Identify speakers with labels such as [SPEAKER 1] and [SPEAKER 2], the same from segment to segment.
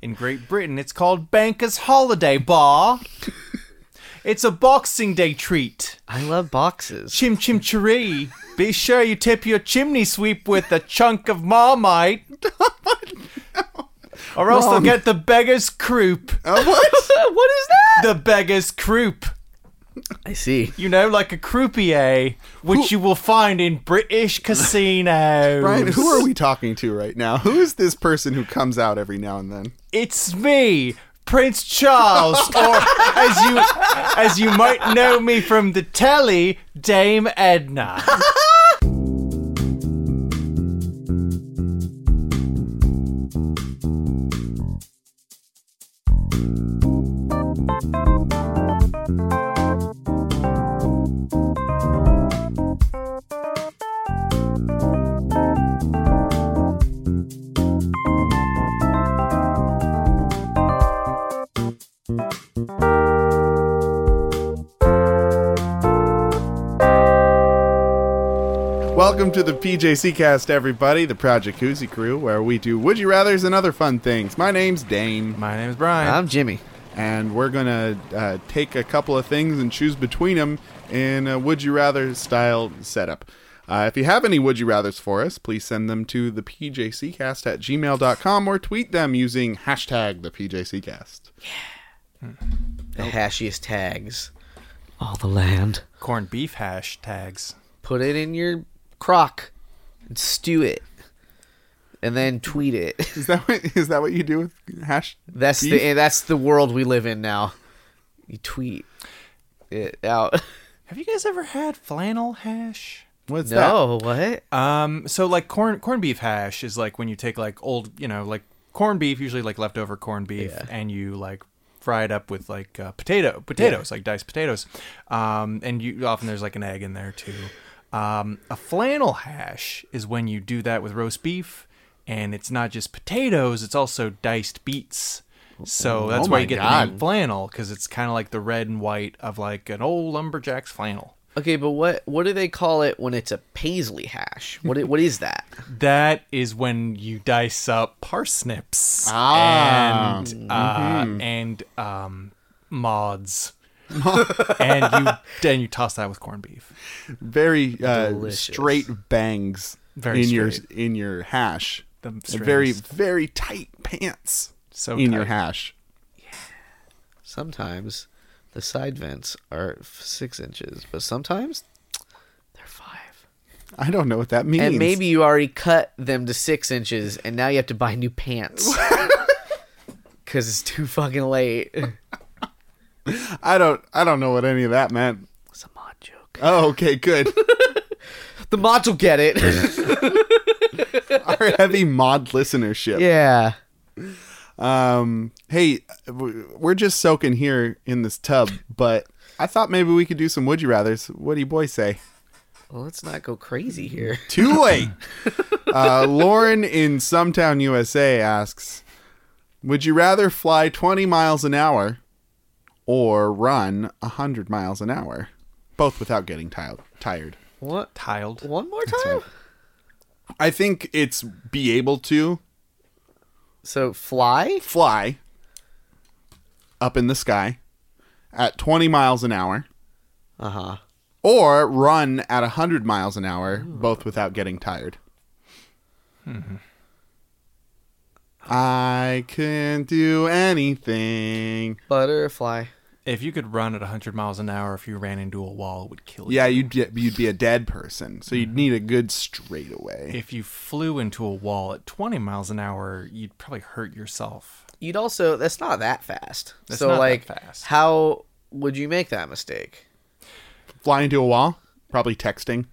[SPEAKER 1] In Great Britain, it's called Banker's Holiday Bar. it's a Boxing Day treat.
[SPEAKER 2] I love boxes.
[SPEAKER 1] Chim chim chiree. Be sure you tip your chimney sweep with a chunk of marmite. Or else
[SPEAKER 3] Oh, Wrong.
[SPEAKER 1] they'll get the beggar's croup.
[SPEAKER 3] Oh, what?
[SPEAKER 2] what is that?
[SPEAKER 1] The beggar's croup.
[SPEAKER 2] I see.
[SPEAKER 1] You know, like a croupier, which you will find in British casinos.
[SPEAKER 3] Brian, who are we talking to right now? Who is this person who comes out every now and then?
[SPEAKER 1] It's me, Prince Charles, or as you as you might know me from the telly, Dame Edna.
[SPEAKER 3] Welcome to the PJC Cast, everybody, the Proud Jacuzzi crew, where we do Would You Rathers and other fun things. My name's Dane,
[SPEAKER 1] My name is Brian.
[SPEAKER 2] I'm Jimmy.
[SPEAKER 3] and we're going to uh, take a couple of things and choose between them in a Would You Rather style setup. Uh, if you have any Would You Rathers for us, please send them to the PJCcast at gmail.com or tweet them using hashtag the PJCcast.
[SPEAKER 2] The hashiest tags. All the land.
[SPEAKER 1] Corned beef hash tags.
[SPEAKER 2] Put it in your crock and stew it. And then tweet it.
[SPEAKER 3] Is that what, is that what you do with hash?
[SPEAKER 2] That's the
[SPEAKER 3] beef?
[SPEAKER 2] that's the world we live in now. You tweet it out.
[SPEAKER 1] Have you guys ever had flannel hash?
[SPEAKER 3] What's that?
[SPEAKER 2] No, Uh, what?
[SPEAKER 1] Um, so like corn corned beef hash is like when you take like old, you know, like corned beef, usually like leftover corned beef, and you like fry it up with like uh, potato potatoes, like diced potatoes, um, and you often there's like an egg in there too. Um, a flannel hash is when you do that with roast beef, and it's not just potatoes; it's also diced beets. So that's why
[SPEAKER 3] Oh my
[SPEAKER 1] you get the name
[SPEAKER 3] God.
[SPEAKER 1] flannel because it's kind of like the red and white of like an old lumberjack's flannel.
[SPEAKER 2] Okay, but what what do they call it when it's a paisley hash? What i- what is that?
[SPEAKER 1] That is when you dice up parsnips
[SPEAKER 3] Ah.
[SPEAKER 1] and uh, and um, mods, and you then you toss that with corned beef.
[SPEAKER 3] very uh,
[SPEAKER 2] Delicious.
[SPEAKER 3] straight bangs
[SPEAKER 1] Very
[SPEAKER 3] in
[SPEAKER 1] straight.
[SPEAKER 3] your in your hash.
[SPEAKER 1] The
[SPEAKER 3] And
[SPEAKER 1] straightest.
[SPEAKER 3] very very tight pants
[SPEAKER 1] So
[SPEAKER 3] in your
[SPEAKER 1] tight.
[SPEAKER 3] hash.
[SPEAKER 2] Sometimes the side vents are f- six inches, but sometimes they're five.
[SPEAKER 3] I don't know what that means.
[SPEAKER 2] And maybe you already cut them to six inches, and now you have to buy new pants because it's too fucking late. It's
[SPEAKER 3] I don't I don't know what any of that meant.
[SPEAKER 2] a mod joke.
[SPEAKER 3] Oh, okay, good.
[SPEAKER 2] The mods will get it.
[SPEAKER 3] Our heavy mod listenership.
[SPEAKER 2] yeah.
[SPEAKER 3] Um, hey, w- we're just soaking here in this tub, but I thought maybe we could do some would you rather's. What do you boys say?
[SPEAKER 2] Well, let's not go crazy here.
[SPEAKER 3] Too late. uh, Lauren in Sumtown, USA asks Would you rather fly 20 miles an hour or run 100 miles an hour? Both without getting ti- tired.
[SPEAKER 2] What?
[SPEAKER 1] tiled.
[SPEAKER 2] One more time?
[SPEAKER 3] I think it's be able to
[SPEAKER 2] So fly?
[SPEAKER 3] fly up in the sky at 20 miles an hour
[SPEAKER 2] Uh huh.
[SPEAKER 3] or run at 100 miles an hour, both without getting tired. I can do anything.
[SPEAKER 2] Butterfly.
[SPEAKER 1] If you could run at 100 miles an hour, if you ran into a wall, it would kill you.
[SPEAKER 3] Yeah, you'd get, you'd be a dead person, so you'd need a good straightaway.
[SPEAKER 1] If you flew into a wall at 20 miles an hour, you'd probably hurt yourself.
[SPEAKER 2] You'd also, that's not that fast.
[SPEAKER 1] That's
[SPEAKER 2] so,
[SPEAKER 1] not that
[SPEAKER 2] like,
[SPEAKER 1] fast.
[SPEAKER 2] how would you make that mistake?
[SPEAKER 3] Fly into a wall, probably texting.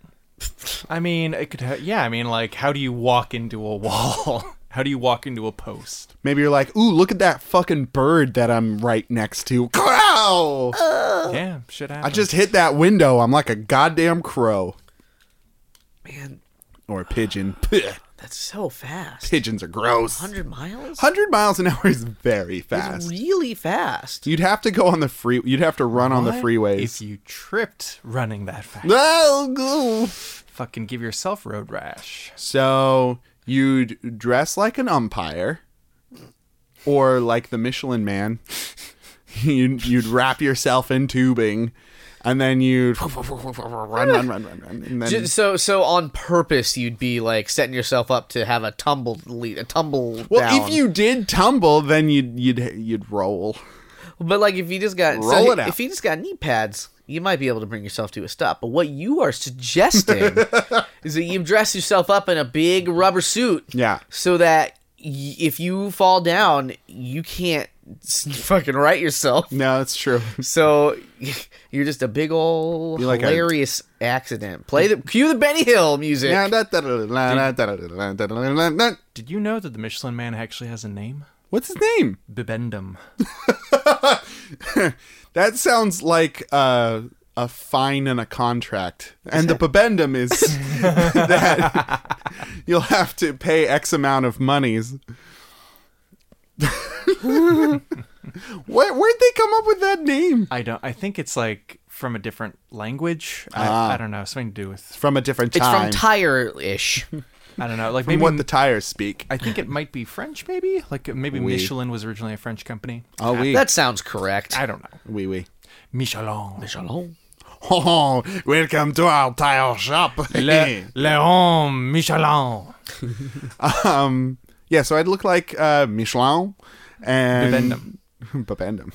[SPEAKER 1] I mean, it could. Ha- yeah, I mean, like, how do you walk into a wall? how do you walk into a post?
[SPEAKER 3] Maybe you're like, "Ooh, look at that fucking bird that I'm right next to." Crow!
[SPEAKER 1] yeah, shit happens.
[SPEAKER 3] I just hit that window. I'm like a goddamn crow
[SPEAKER 2] Man,
[SPEAKER 3] or a pigeon. Pugh,
[SPEAKER 2] that's so fast.
[SPEAKER 3] Pigeons are gross.
[SPEAKER 2] 100 miles?
[SPEAKER 3] 100 miles an hour is very
[SPEAKER 2] It's
[SPEAKER 3] fast.
[SPEAKER 2] really fast.
[SPEAKER 3] You'd have to go on the free. You'd have to run on the
[SPEAKER 1] What If
[SPEAKER 3] freeways.
[SPEAKER 1] you tripped running that fast,
[SPEAKER 3] Oh, go.
[SPEAKER 1] fucking give yourself road rash.
[SPEAKER 3] So you'd dress like an umpire or like the Michelin Man, you'd, you'd wrap yourself in tubing, and then you'd run, run, run, run, run, and then
[SPEAKER 2] Ju- So so on purpose you'd be like setting yourself up to have a tumble lead a tumble
[SPEAKER 3] well,
[SPEAKER 2] down.
[SPEAKER 3] if you did tumble, then you'd you'd you'd roll.
[SPEAKER 2] but like if you just got so
[SPEAKER 3] Roll
[SPEAKER 2] he-
[SPEAKER 3] it out.
[SPEAKER 2] if you just got knee pads you might be able to bring yourself to a stop but what you are suggesting is that you dress yourself up in a big rubber suit
[SPEAKER 3] Yeah.
[SPEAKER 2] so that y- if you fall down you can't s- fucking right yourself
[SPEAKER 3] No, that's true.
[SPEAKER 2] so you're just a big old
[SPEAKER 3] You're like a-
[SPEAKER 2] hilarious accident play the cue the benny hill music
[SPEAKER 1] Did you know that the Michelin Man actually has a name?
[SPEAKER 3] What's his name?
[SPEAKER 1] Bibendum.
[SPEAKER 3] That sounds like uh, a fine and a contract. And the pabendum is that you'll have to pay X amount of monies. Where, where'd they come up with that name?
[SPEAKER 1] I don't. I think it's like from a different language.
[SPEAKER 3] Ah.
[SPEAKER 1] I, I don't know. Something to do with.
[SPEAKER 3] From a different
[SPEAKER 2] it's from
[SPEAKER 3] time.
[SPEAKER 2] tire ish
[SPEAKER 1] I don't know. Like
[SPEAKER 3] From
[SPEAKER 1] maybe.
[SPEAKER 3] what the tires speak.
[SPEAKER 1] I think it might be French. Maybe like uh, maybe
[SPEAKER 3] Oui.
[SPEAKER 1] Michelin was originally a French company.
[SPEAKER 3] Oh, we.
[SPEAKER 2] That sounds correct.
[SPEAKER 1] I don't know.
[SPEAKER 3] Wee wee.
[SPEAKER 1] Michelin.
[SPEAKER 2] Shalom.
[SPEAKER 3] Oh, welcome to our tire shop.
[SPEAKER 1] Le, Leon Michelin.
[SPEAKER 3] um, yeah, so I'd look like uh, Michelin and
[SPEAKER 1] Bibendum.
[SPEAKER 3] Bibendum.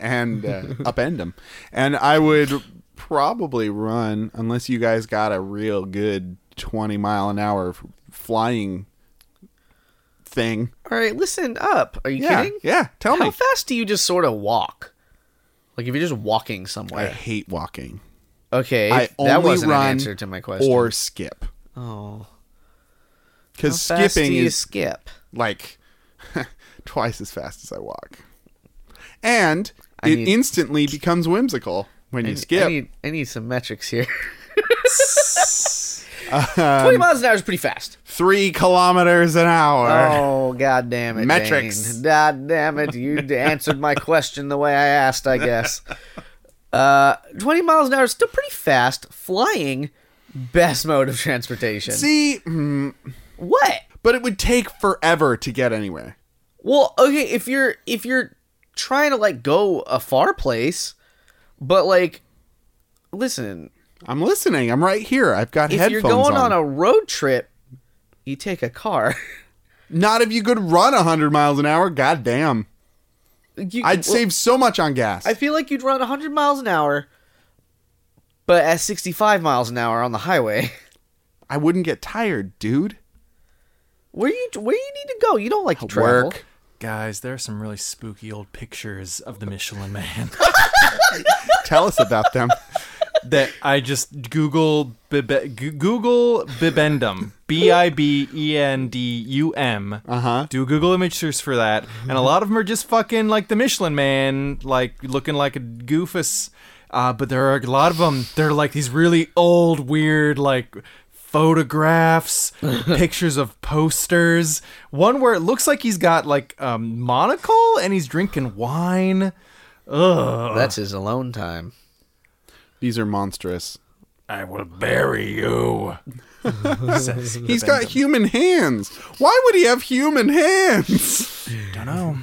[SPEAKER 3] and uh, Upendum, and I would probably run unless you guys got a real good twenty mile an hour f- flying thing.
[SPEAKER 2] All right, listen up. Are you
[SPEAKER 3] Yeah,
[SPEAKER 2] kidding?
[SPEAKER 3] yeah. Tell
[SPEAKER 2] How
[SPEAKER 3] me.
[SPEAKER 2] fast do you just sort of walk? Like if you're just walking
[SPEAKER 3] I
[SPEAKER 2] somewhere.
[SPEAKER 3] hate walking.
[SPEAKER 2] Okay,
[SPEAKER 3] I only
[SPEAKER 2] that wasn't
[SPEAKER 3] run
[SPEAKER 2] an answer to my question.
[SPEAKER 3] or skip
[SPEAKER 2] oh, how
[SPEAKER 3] because
[SPEAKER 2] fast do
[SPEAKER 3] skipping
[SPEAKER 2] you
[SPEAKER 3] is
[SPEAKER 2] skip.
[SPEAKER 3] like twice as fast as I walk, and it
[SPEAKER 2] need-
[SPEAKER 3] instantly becomes whimsical when you skip.
[SPEAKER 2] I need, I need some metrics here.
[SPEAKER 3] Um,
[SPEAKER 2] Twenty miles an hour is pretty fast.
[SPEAKER 3] three kilometers an hour.
[SPEAKER 2] Oh god damn it!
[SPEAKER 3] Metrics.
[SPEAKER 2] Dane. God damn it! You d- answered my question the way I asked, I guess. Uh, twenty miles an hour is still pretty fast. Flying, best mode of transportation.
[SPEAKER 3] See, hmm,
[SPEAKER 2] what?
[SPEAKER 3] but it would take forever to get anywhere.
[SPEAKER 2] Well, okay, if you're if you're trying to like go a far place, but like, listen,
[SPEAKER 3] I'm listening. I'm right here. I've got
[SPEAKER 2] if you're
[SPEAKER 3] headphones
[SPEAKER 2] going on.
[SPEAKER 3] on.
[SPEAKER 2] a road trip, you take a car.
[SPEAKER 3] Not if you could run 100 miles an hour. God damn.
[SPEAKER 2] You-
[SPEAKER 3] I'd
[SPEAKER 2] well,
[SPEAKER 3] save so much on gas.
[SPEAKER 2] I feel like you'd run 100 miles an hour, but at 65 miles an hour on the highway.
[SPEAKER 3] I wouldn't get tired, dude.
[SPEAKER 2] Where you where you need to go? You don't like to travel.
[SPEAKER 3] Work.
[SPEAKER 1] Guys, there are some really spooky old pictures of the Michelin Man
[SPEAKER 3] Tell us about them.
[SPEAKER 1] that I just Google Bibe- Gu- Google Bibendum B I B E N D U M. Uh
[SPEAKER 3] Uh-huh.
[SPEAKER 1] Do Google image search for that, and a lot of them are just fucking like the Michelin Man, like looking like a goofus. Uh, but there are a lot of them. They're like these really old, weird, like photographs, pictures of posters. One where it looks like he's got like a monocle and he's drinking wine. Ugh.
[SPEAKER 2] That's his alone time.
[SPEAKER 3] These are monstrous.
[SPEAKER 1] I will bury you. says
[SPEAKER 3] He's got human hands. Why would he have human hands?
[SPEAKER 1] Don't know.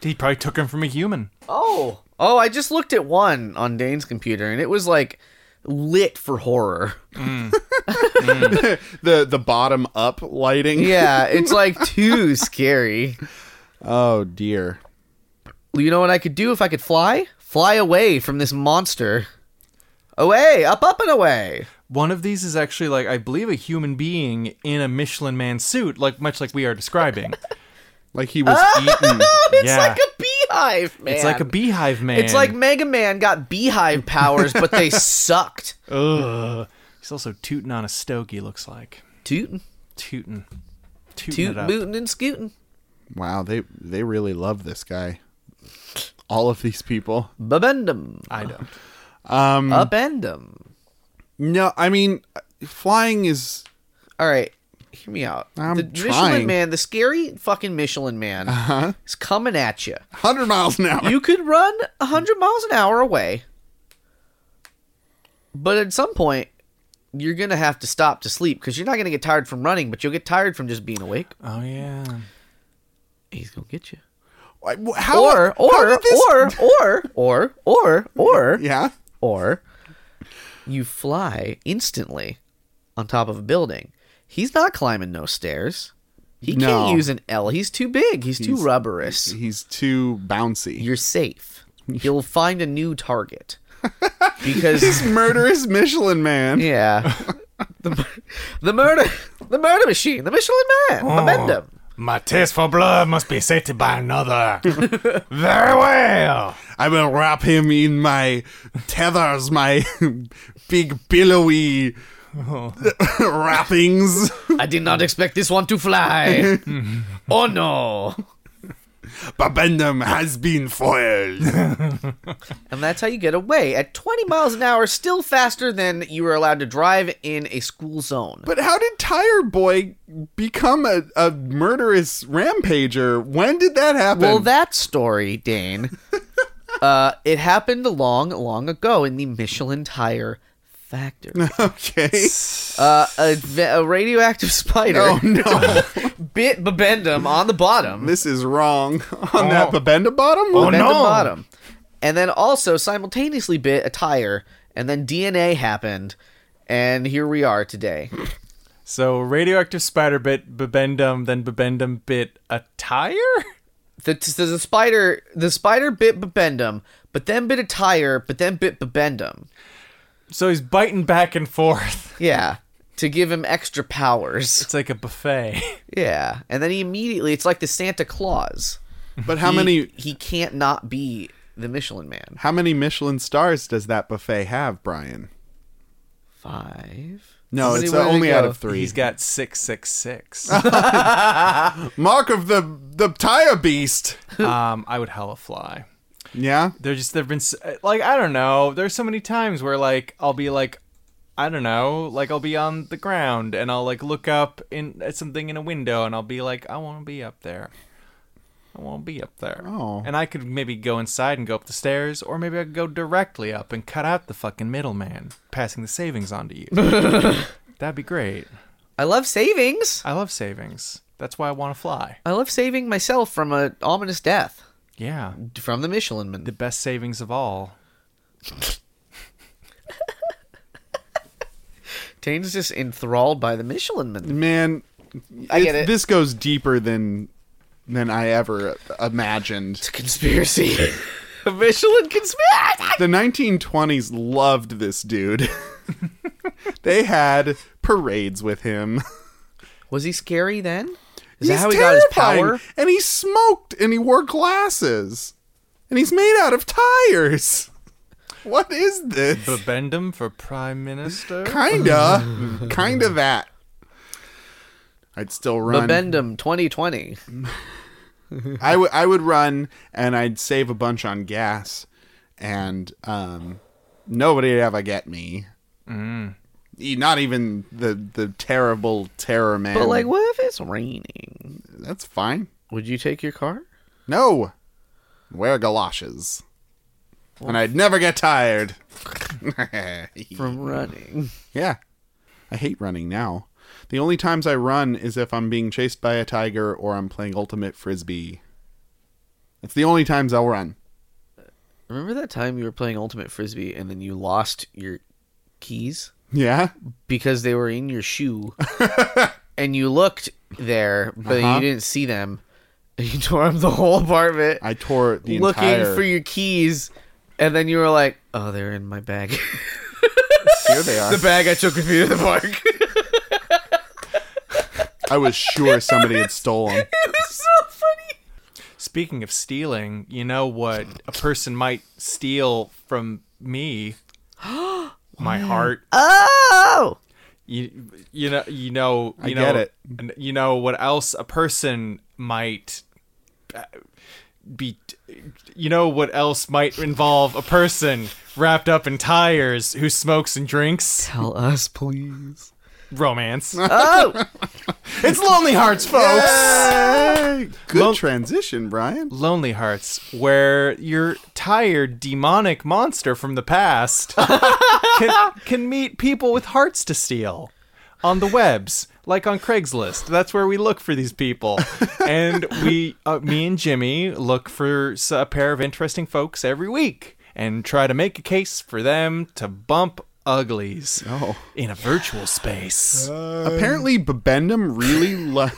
[SPEAKER 1] He probably took him from a human.
[SPEAKER 2] Oh. Oh, I just looked at one on Dane's computer and it was like lit for horror.
[SPEAKER 3] the the bottom up lighting.
[SPEAKER 2] Yeah, it's like too scary.
[SPEAKER 3] Oh dear.
[SPEAKER 2] You know what I could do if I could fly? Fly away from this monster. Away, up, up, and away.
[SPEAKER 1] One of these is actually like I believe a human being in a Michelin Man suit, like much like we are describing.
[SPEAKER 3] Like he was eaten.
[SPEAKER 2] it's
[SPEAKER 1] Yeah.
[SPEAKER 2] like a beehive, man.
[SPEAKER 1] It's like a beehive man.
[SPEAKER 2] It's like Mega Man got beehive powers, but they sucked.
[SPEAKER 1] Ugh. he's also tooting on a stogie. Looks like
[SPEAKER 2] Tootin',
[SPEAKER 1] tooting, tooting
[SPEAKER 2] toot,
[SPEAKER 1] it up.
[SPEAKER 2] bootin', and scootin'.
[SPEAKER 3] Wow, they they really love this guy. All of these people.
[SPEAKER 2] Babendum.
[SPEAKER 1] I don't.
[SPEAKER 3] Um
[SPEAKER 2] Upendum.
[SPEAKER 3] no, I mean flying is
[SPEAKER 2] All right, hear me out.
[SPEAKER 3] I'm
[SPEAKER 2] the
[SPEAKER 3] trying. Uh-huh.
[SPEAKER 2] Michelin Man, the scary fucking Michelin Man, is coming at you.
[SPEAKER 3] 100 miles an hour.
[SPEAKER 2] You could run hundred miles an hour away, but at some point. You're gonna have to stop to sleep because you're not gonna get tired from running, but you'll get tired from just being awake.
[SPEAKER 1] Oh yeah.
[SPEAKER 2] He's gonna get you.
[SPEAKER 3] Why- wh- How,
[SPEAKER 2] or
[SPEAKER 3] how
[SPEAKER 2] or
[SPEAKER 3] did this-
[SPEAKER 2] or or or or or
[SPEAKER 3] yeah.
[SPEAKER 2] or you fly instantly on top of a building. He's not climbing no stairs. He
[SPEAKER 3] No.
[SPEAKER 2] can't use an L. He's too big. He's, too
[SPEAKER 3] He's-
[SPEAKER 2] rubberous.
[SPEAKER 3] He's too bouncy.
[SPEAKER 2] You're safe. He'll find a new target. Because
[SPEAKER 3] This murderous Michelin man.
[SPEAKER 2] yeah. The, the murder the murder machine, the Michelin man,
[SPEAKER 3] Oh.
[SPEAKER 2] momentum.
[SPEAKER 1] My taste for blood must be sated by another. Very well.
[SPEAKER 3] I will wrap him in my tethers, my big billowy
[SPEAKER 2] Oh.
[SPEAKER 3] wrappings.
[SPEAKER 2] I did not expect this one to fly. oh no.
[SPEAKER 3] Babendum has been foiled.
[SPEAKER 2] And that's how you get away at 20 miles an hour, still faster than you were allowed to drive in a school zone.
[SPEAKER 3] But how did Tire Boy become a, a murderous rampager? When did that happen?
[SPEAKER 2] Well, that story, Dane, uh, it happened long, long ago in the Michelin tire factory.
[SPEAKER 3] okay.
[SPEAKER 2] Uh, a, ve- a radioactive spider
[SPEAKER 3] Oh no,
[SPEAKER 2] bit Babendum on the bottom.
[SPEAKER 3] this is wrong. On that Babenda bottom?
[SPEAKER 1] Oh,
[SPEAKER 2] Babendum
[SPEAKER 1] no.
[SPEAKER 2] bottom. And then also simultaneously bit a tire, and then DNA happened, and here we are today.
[SPEAKER 1] So radioactive spider bit Babendum, then Babendum bit a tire.
[SPEAKER 2] The, the, the spider the spider bit Babendum, but then bit a tire, but then bit Babendum.
[SPEAKER 1] So he's biting back and forth.
[SPEAKER 2] Yeah, to give him extra powers.
[SPEAKER 1] It's like a buffet.
[SPEAKER 2] Yeah, and then he immediately it's like the Santa Claus.
[SPEAKER 3] But how
[SPEAKER 2] He-
[SPEAKER 3] many
[SPEAKER 2] He can't not be the Michelin Man.
[SPEAKER 3] how many Michelin stars does that buffet have, Brian?
[SPEAKER 2] Five.
[SPEAKER 3] No,
[SPEAKER 2] Let's
[SPEAKER 3] it's
[SPEAKER 2] see, where did
[SPEAKER 3] only
[SPEAKER 2] it
[SPEAKER 3] out
[SPEAKER 2] go?
[SPEAKER 3] of three.
[SPEAKER 1] He's got six six six.
[SPEAKER 3] Mark of the the tire beast.
[SPEAKER 1] um, I would hella fly.
[SPEAKER 3] Yeah.
[SPEAKER 1] There just there've been s- like I don't know. There's so many times where like I'll be like I don't know, like I'll be on the ground and I'll like look up in at something in a window and I'll be like I want to be up there. I want to be up there.
[SPEAKER 3] Oh.
[SPEAKER 1] And I could maybe go inside and go up the stairs or maybe I could go directly up and cut out the fucking middleman passing the savings on to you. That'd be great.
[SPEAKER 2] I love savings.
[SPEAKER 1] I love savings. That's why I want to fly.
[SPEAKER 2] I love saving myself from a ominous death
[SPEAKER 1] Yeah.
[SPEAKER 2] from the Michelin Man.
[SPEAKER 1] The best savings of all.
[SPEAKER 2] Dane's just enthralled by the Michelin Man.
[SPEAKER 3] Man,
[SPEAKER 2] I get
[SPEAKER 3] it's-
[SPEAKER 2] it.
[SPEAKER 3] This goes deeper than than I ever imagined.
[SPEAKER 2] It's a conspiracy. a Michelin conspiracy.
[SPEAKER 3] The 1920s loved this dude. they had parades with him.
[SPEAKER 2] Was he scary then? Is
[SPEAKER 3] He's
[SPEAKER 2] that how he
[SPEAKER 3] terrifying.
[SPEAKER 2] got his power?
[SPEAKER 3] And he smoked and he wore glasses. And he's made out of tires. What is this?
[SPEAKER 1] Babendum for prime minister.
[SPEAKER 3] Kinda. Kinda that. I'd still run.
[SPEAKER 2] Babendum 2020.
[SPEAKER 3] I would I would run and I'd save a bunch on gas, and um, nobody would ever get me. E- Not even the the terrible terror man.
[SPEAKER 2] But like, what if it's raining?
[SPEAKER 3] that's fine.
[SPEAKER 2] Would you take your car?
[SPEAKER 3] No, wear galoshes, and I'd never get tired.
[SPEAKER 2] From running.
[SPEAKER 3] yeah, I hate running now. The only times I run is if I'm being chased by a tiger or I'm playing ultimate frisbee. It's the only times I'll run.
[SPEAKER 2] Remember that time you were playing Ultimate Frisbee and then you lost your keys
[SPEAKER 3] Yeah.
[SPEAKER 2] because they were in your shoe and you looked there, but
[SPEAKER 3] Uh-huh.
[SPEAKER 2] you didn't see them. And you tore up the whole apartment
[SPEAKER 3] I tore the
[SPEAKER 2] looking
[SPEAKER 3] entire.
[SPEAKER 2] for your keys. And then you were like, oh, they're in my bag.
[SPEAKER 3] Here they are.
[SPEAKER 2] the bag I took with me to the park.
[SPEAKER 3] I was sure somebody had stolen.
[SPEAKER 2] it's so funny.
[SPEAKER 1] Speaking of stealing, you know what a person might steal from me? My heart.
[SPEAKER 2] Oh!
[SPEAKER 1] You, you know you know you
[SPEAKER 3] I
[SPEAKER 1] know
[SPEAKER 3] get it.
[SPEAKER 1] and You know what else a person might uh, be you know what else might involve a person wrapped up in tires who smokes and drinks
[SPEAKER 2] Tell us, please.
[SPEAKER 1] romance.
[SPEAKER 2] Oh!
[SPEAKER 1] it's lonely hearts, folks.
[SPEAKER 3] Yay! Good
[SPEAKER 1] Well-
[SPEAKER 3] transition, Brian.
[SPEAKER 1] Lonely Hearts, where your tired demonic monster from the past can, can meet people with hearts to steal on the webs, like on Craigslist. That's where we look for these people. And we, uh, me and Jimmy, look for s- a pair of interesting folks every week and try to make a case for them to bump uglies
[SPEAKER 3] Oh.
[SPEAKER 1] in a virtual space.
[SPEAKER 3] uh, Apparently, Bendham really. Li-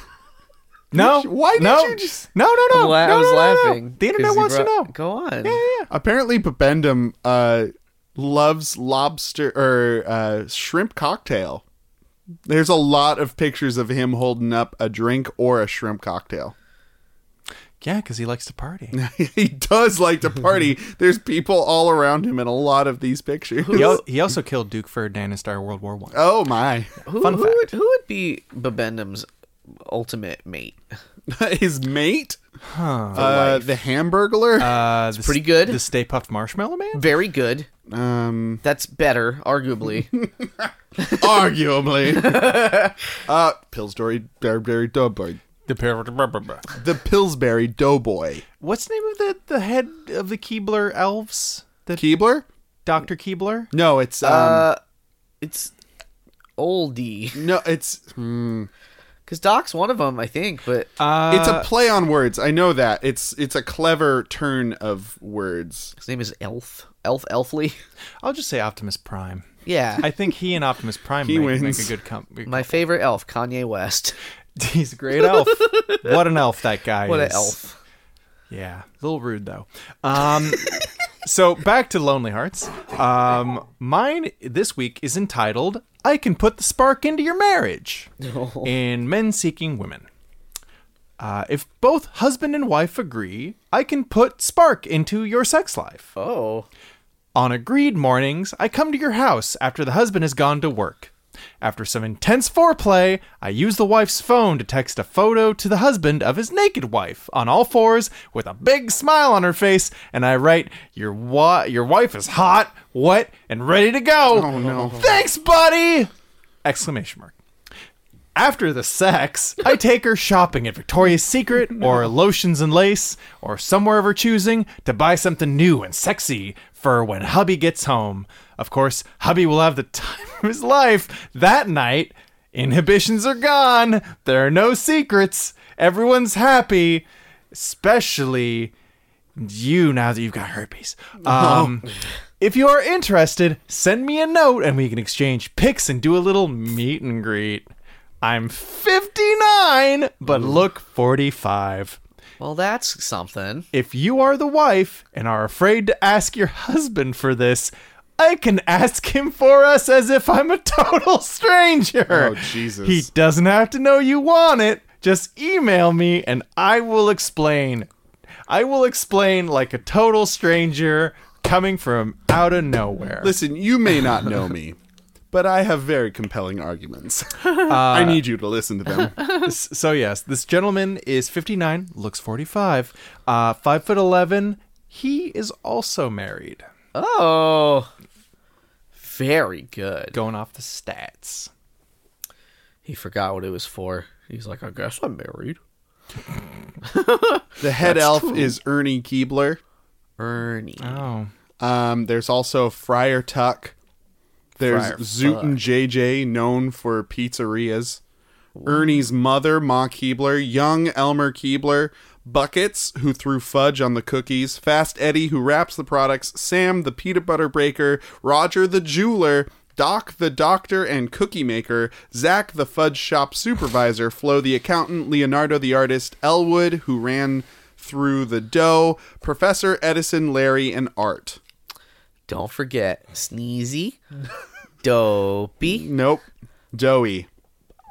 [SPEAKER 1] no,
[SPEAKER 3] why did
[SPEAKER 1] no,
[SPEAKER 3] you just-
[SPEAKER 1] no, no, no,
[SPEAKER 2] I'm la-
[SPEAKER 1] no,
[SPEAKER 2] I was
[SPEAKER 1] no, no, no.
[SPEAKER 2] laughing.
[SPEAKER 1] The
[SPEAKER 2] 'cause
[SPEAKER 1] internet
[SPEAKER 2] you
[SPEAKER 1] wants to
[SPEAKER 2] brought-
[SPEAKER 1] know.
[SPEAKER 2] Go on.
[SPEAKER 3] apparently, Bendham uh, loves lobster or uh, shrimp cocktail. There's a lot of pictures of him holding up a drink or a shrimp cocktail.
[SPEAKER 1] Yeah, because he likes to party.
[SPEAKER 3] he does like to party. There's people all around him in a lot of these pictures.
[SPEAKER 1] He, al- he also killed Duke Ferdinand in Star World War One.
[SPEAKER 3] Oh my.
[SPEAKER 2] Who,
[SPEAKER 1] Fun
[SPEAKER 2] who
[SPEAKER 1] fact.
[SPEAKER 2] would who would be Babendum's ultimate mate?
[SPEAKER 3] His mate? Uh, the Hamburglar?
[SPEAKER 1] Uh, the,
[SPEAKER 2] pretty good.
[SPEAKER 1] The Stay Puft Marshmallow Man.
[SPEAKER 2] Very good.
[SPEAKER 3] um,
[SPEAKER 2] That's better, arguably.
[SPEAKER 3] arguably. uh, Pillsbury, Pillsbury Doughboy.
[SPEAKER 1] The pair-
[SPEAKER 3] The Pillsbury Doughboy.
[SPEAKER 1] What's the name of the the head of the Keebler elves? The
[SPEAKER 3] Keebler?
[SPEAKER 1] Doctor Keebler.
[SPEAKER 3] No, it's um,
[SPEAKER 2] uh, it's oldie
[SPEAKER 3] no, it's hmm.
[SPEAKER 2] because Doc's one of them, I think. But
[SPEAKER 1] Uh,
[SPEAKER 3] it's a play on words. I know that. It's it's a clever turn of words.
[SPEAKER 2] his name is Elf, Elf Elfly.
[SPEAKER 1] I'll just say Optimus Prime.
[SPEAKER 2] Yeah,
[SPEAKER 1] I think he and Optimus Prime
[SPEAKER 3] He
[SPEAKER 1] make,
[SPEAKER 3] wins.
[SPEAKER 1] make a good company.
[SPEAKER 2] my favorite elf, Kanye West.
[SPEAKER 1] He's a great elf. what an elf that guy
[SPEAKER 2] What
[SPEAKER 1] is.
[SPEAKER 2] an elf!
[SPEAKER 1] Yeah, a little rude though. Um, so back to Lonely Hearts. Um, mine this week is entitled "I Can Put the Spark into Your Marriage" in Men Seeking Women. Uh, if both husband and wife agree, I can put spark into your sex life.
[SPEAKER 2] Oh,
[SPEAKER 1] On agreed mornings, I come to your house after the husband has gone to work. After some intense foreplay, I use the wife's phone to text a photo to the husband of his naked wife on all fours with a big smile on her face, and I write, "Your wa- your wife is hot, wet, and ready to go." Oh no! Thanks, buddy! Exclamation mark. After the sex, I take her shopping at Victoria's Secret or Lotions and Lace or somewhere of her choosing to buy something new and sexy for when hubby gets home. Of course, hubby will have the time of his life that night. Inhibitions are gone. There are no secrets. Everyone's happy, especially you now that you've got herpes. Um, if you are interested, send me a note and we can exchange pics and do a little meet and greet. I'm 59, but look 45.
[SPEAKER 2] well, that's something.
[SPEAKER 1] If you are the wife and are afraid to ask your husband for this, I can ask him for us as if I'm a total stranger.
[SPEAKER 3] Oh, Jesus.
[SPEAKER 1] He doesn't have to know you want it. Just email me and I will explain. I will explain like a total stranger coming from out of nowhere.
[SPEAKER 3] Listen, you may not know me, but I have very compelling arguments. I need you to listen to them.
[SPEAKER 1] S- so yes, this gentleman is 59, looks 45, uh, five foot 11. He is also married.
[SPEAKER 2] Oh, very good.
[SPEAKER 1] Going off the stats.
[SPEAKER 2] He forgot what it was for. He's like, I guess I'm married.
[SPEAKER 3] The head elf is Ernie Keebler.
[SPEAKER 2] Ernie.
[SPEAKER 1] Oh,
[SPEAKER 3] Um, there's also Friar Tuck. There's
[SPEAKER 1] Friar
[SPEAKER 3] Zoot and JJ, known for pizzerias. Ernie's mother, Ma Keebler. Young Elmer Keebler. Buckets, who threw fudge on the cookies. Fast Eddie, who wraps the products. Sam, the peanut butter breaker. Roger, the jeweler. Doc, the doctor and cookie maker. Zach, the fudge shop supervisor. Flo, the accountant. Leonardo, the artist. Elwood, who ran through the dough. Professor Edison, Larry, and Art.
[SPEAKER 2] Don't forget Sneezy, Dopey,
[SPEAKER 3] Nope. Doughy.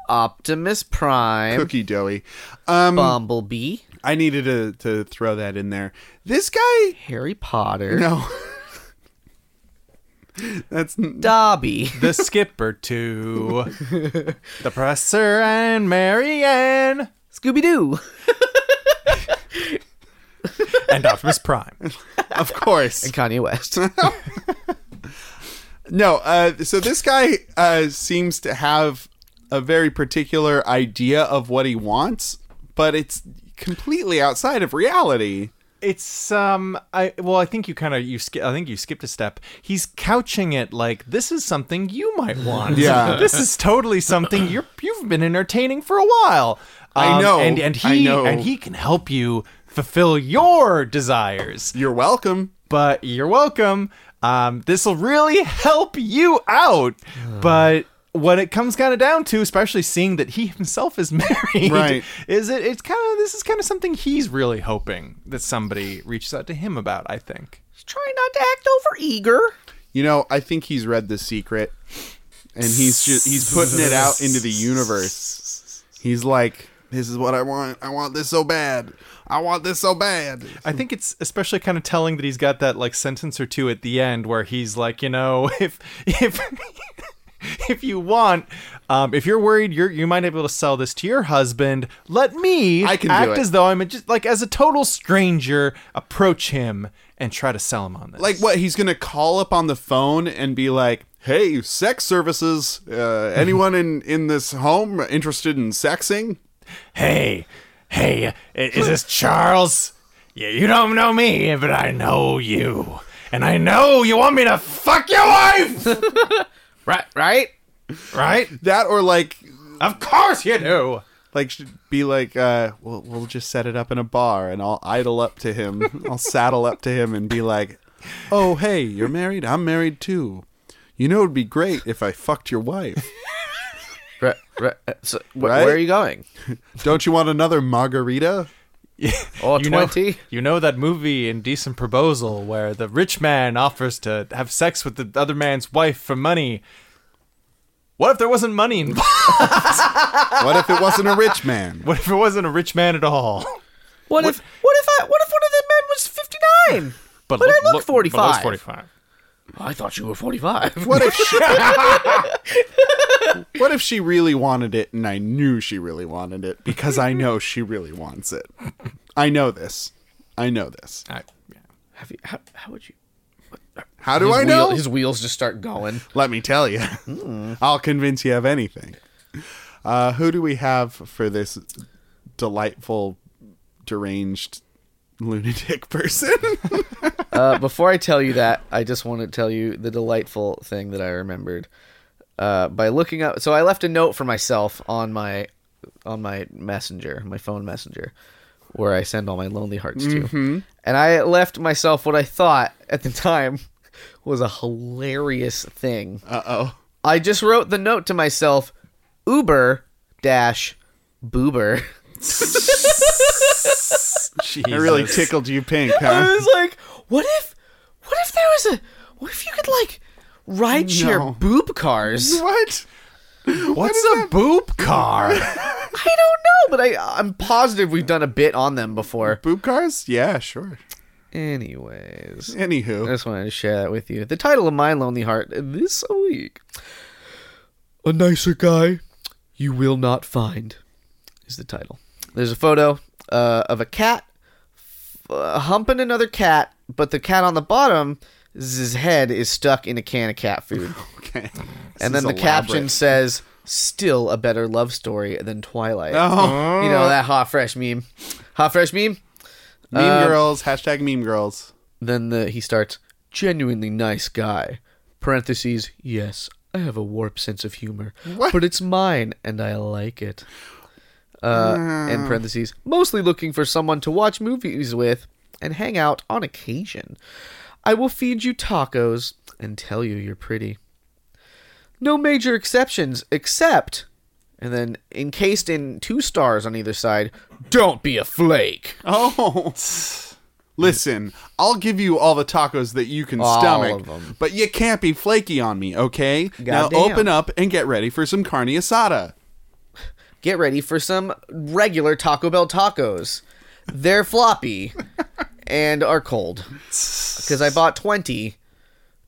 [SPEAKER 2] Optimus Prime,
[SPEAKER 3] Cookie doughy. Um,
[SPEAKER 2] Bumblebee,
[SPEAKER 3] I needed to, to throw that in there. This guy.
[SPEAKER 2] Harry Potter,
[SPEAKER 3] No. That's n-
[SPEAKER 2] Dobby,
[SPEAKER 1] the skipper too, the presser and Marianne
[SPEAKER 2] Scooby Doo,
[SPEAKER 1] and Optimus Prime.
[SPEAKER 3] of course.
[SPEAKER 2] and Kanye West.
[SPEAKER 3] No. Uh, so this guy uh, seems to have a very particular idea of what he wants, but it's completely outside of reality.
[SPEAKER 1] it's um I well I think you kind of you sk- I think you skipped a step. He's couching it like this is something you might want.
[SPEAKER 3] Yeah.
[SPEAKER 1] this is totally something you're you've been entertaining for a while. Um,
[SPEAKER 3] I know,
[SPEAKER 1] and and he
[SPEAKER 3] I know.
[SPEAKER 1] and he can help you fulfill your desires.
[SPEAKER 3] You're welcome.
[SPEAKER 1] But you're welcome. Um, this will really help you out. But what it comes kind of down to, especially seeing that he himself is married,
[SPEAKER 3] Right.
[SPEAKER 1] is it it's kind of this is kind of something he's really hoping that somebody reaches out to him about i think
[SPEAKER 2] He's trying not to act over eager.
[SPEAKER 3] You know, I think he's read the secret, and he's just he's putting it out into the universe. He's like, "This is what I want. I want this so bad. I want this so bad."
[SPEAKER 1] i think it's especially kind of telling that he's got that like sentence or two at the end where he's like you know if if if you want um, if you're worried you're you might be able to sell this to your husband let me
[SPEAKER 3] I can do
[SPEAKER 1] act
[SPEAKER 3] it.
[SPEAKER 1] as though i'm a, just like as a total stranger approach him and try to sell him on this
[SPEAKER 3] Like, what he's gonna call up on the phone and be like, "Hey, sex services. Uh, anyone in in this home interested in sexing?"
[SPEAKER 1] Hey, hey, i- is this Charles? Yeah, you don't know me, but I know you. And I know you want me to fuck your wife!
[SPEAKER 2] Right, right.
[SPEAKER 1] right?
[SPEAKER 3] That or like
[SPEAKER 1] Of course you do!
[SPEAKER 3] like should be like uh we'll, we'll just set it up in a bar and i'll idle up to him i'll saddle up to him and be like oh hey you're married i'm married too you know it'd be great if i fucked your wife
[SPEAKER 2] Right, right. Uh, So, wh-
[SPEAKER 3] Right?
[SPEAKER 2] Where are you going?
[SPEAKER 3] don't you want another margarita
[SPEAKER 2] Oh,
[SPEAKER 1] You know,
[SPEAKER 2] 20?
[SPEAKER 1] you know that movie Indecent Proposal where the rich man offers to have sex with the other man's wife for money. What if there wasn't money involved?
[SPEAKER 3] what if it wasn't a rich man
[SPEAKER 1] What if it wasn't a rich man at all?
[SPEAKER 2] What, if? What if I? What if one of the men was fifty nine? But, I look forty
[SPEAKER 1] But looks
[SPEAKER 2] five.
[SPEAKER 1] 45.
[SPEAKER 2] I thought you were forty five.
[SPEAKER 3] what if she, what if she really wanted it and i knew she really wanted it because i know she really wants it i know this i know this
[SPEAKER 1] I, yeah.
[SPEAKER 2] Have you? How, how would you?
[SPEAKER 3] how do
[SPEAKER 2] his
[SPEAKER 3] i
[SPEAKER 2] wheel-
[SPEAKER 3] know
[SPEAKER 2] his wheels just start going.
[SPEAKER 3] Let me tell you.
[SPEAKER 2] Hmm.
[SPEAKER 3] I'll convince you of anything. Uh, who do we have for this delightful, deranged lunatic person?
[SPEAKER 2] Uh, before I tell you that, I just want to tell you the delightful thing that I remembered uh, by looking up. So I left a note for myself on my on my messenger, my phone messenger, where I send all my lonely hearts to, and I left myself what I thought at the time was a hilarious thing.
[SPEAKER 3] uh oh.
[SPEAKER 2] I just wrote the note to myself, Uber dash boober.
[SPEAKER 3] It really
[SPEAKER 1] Jesus.
[SPEAKER 3] tickled you pink,
[SPEAKER 2] I
[SPEAKER 3] huh?
[SPEAKER 2] was like, what if, what if there was a, what if you could like ride share
[SPEAKER 3] No.
[SPEAKER 2] boob cars?
[SPEAKER 3] what?
[SPEAKER 1] What's a boob car?
[SPEAKER 2] I don't know, but I, I'm positive we've done a bit on them before.
[SPEAKER 3] Boob cars? Yeah, sure.
[SPEAKER 2] Anyways, I
[SPEAKER 3] Anywho,
[SPEAKER 2] just wanted to share that with you. The title of my lonely heart this week: "A Nicer Guy You Will Not Find" is the title. There's a photo uh, of a cat uh, humping another cat, but the cat on the bottom, his head is stuck in a can of cat food,
[SPEAKER 3] okay. This
[SPEAKER 2] and then
[SPEAKER 3] is
[SPEAKER 2] the
[SPEAKER 3] elaborate.
[SPEAKER 2] caption says, "Still a better love story than Twilight."
[SPEAKER 3] Oh,
[SPEAKER 2] You know that hot fresh meme, hot fresh meme.
[SPEAKER 3] meme girls. Hashtag meme girls.
[SPEAKER 2] Then the, he starts, genuinely nice guy. Parentheses, yes, I have a warped sense of humor,
[SPEAKER 3] What?
[SPEAKER 2] but it's mine and I like it. Uh, and parentheses, mostly looking for someone to watch movies with and hang out on occasion. I will feed you tacos and tell you you're pretty. No major exceptions, except, and then encased in two stars on either side, don't be a flake.
[SPEAKER 3] Oh. Listen, I'll give you all the tacos that you can
[SPEAKER 2] All
[SPEAKER 3] stomach,
[SPEAKER 2] of them.
[SPEAKER 3] but you can't be flaky on me, okay? now
[SPEAKER 2] Goddamn.
[SPEAKER 3] open up and get ready for some carne asada.
[SPEAKER 2] get ready for some regular Taco Bell tacos. They're floppy and are cold because I bought 20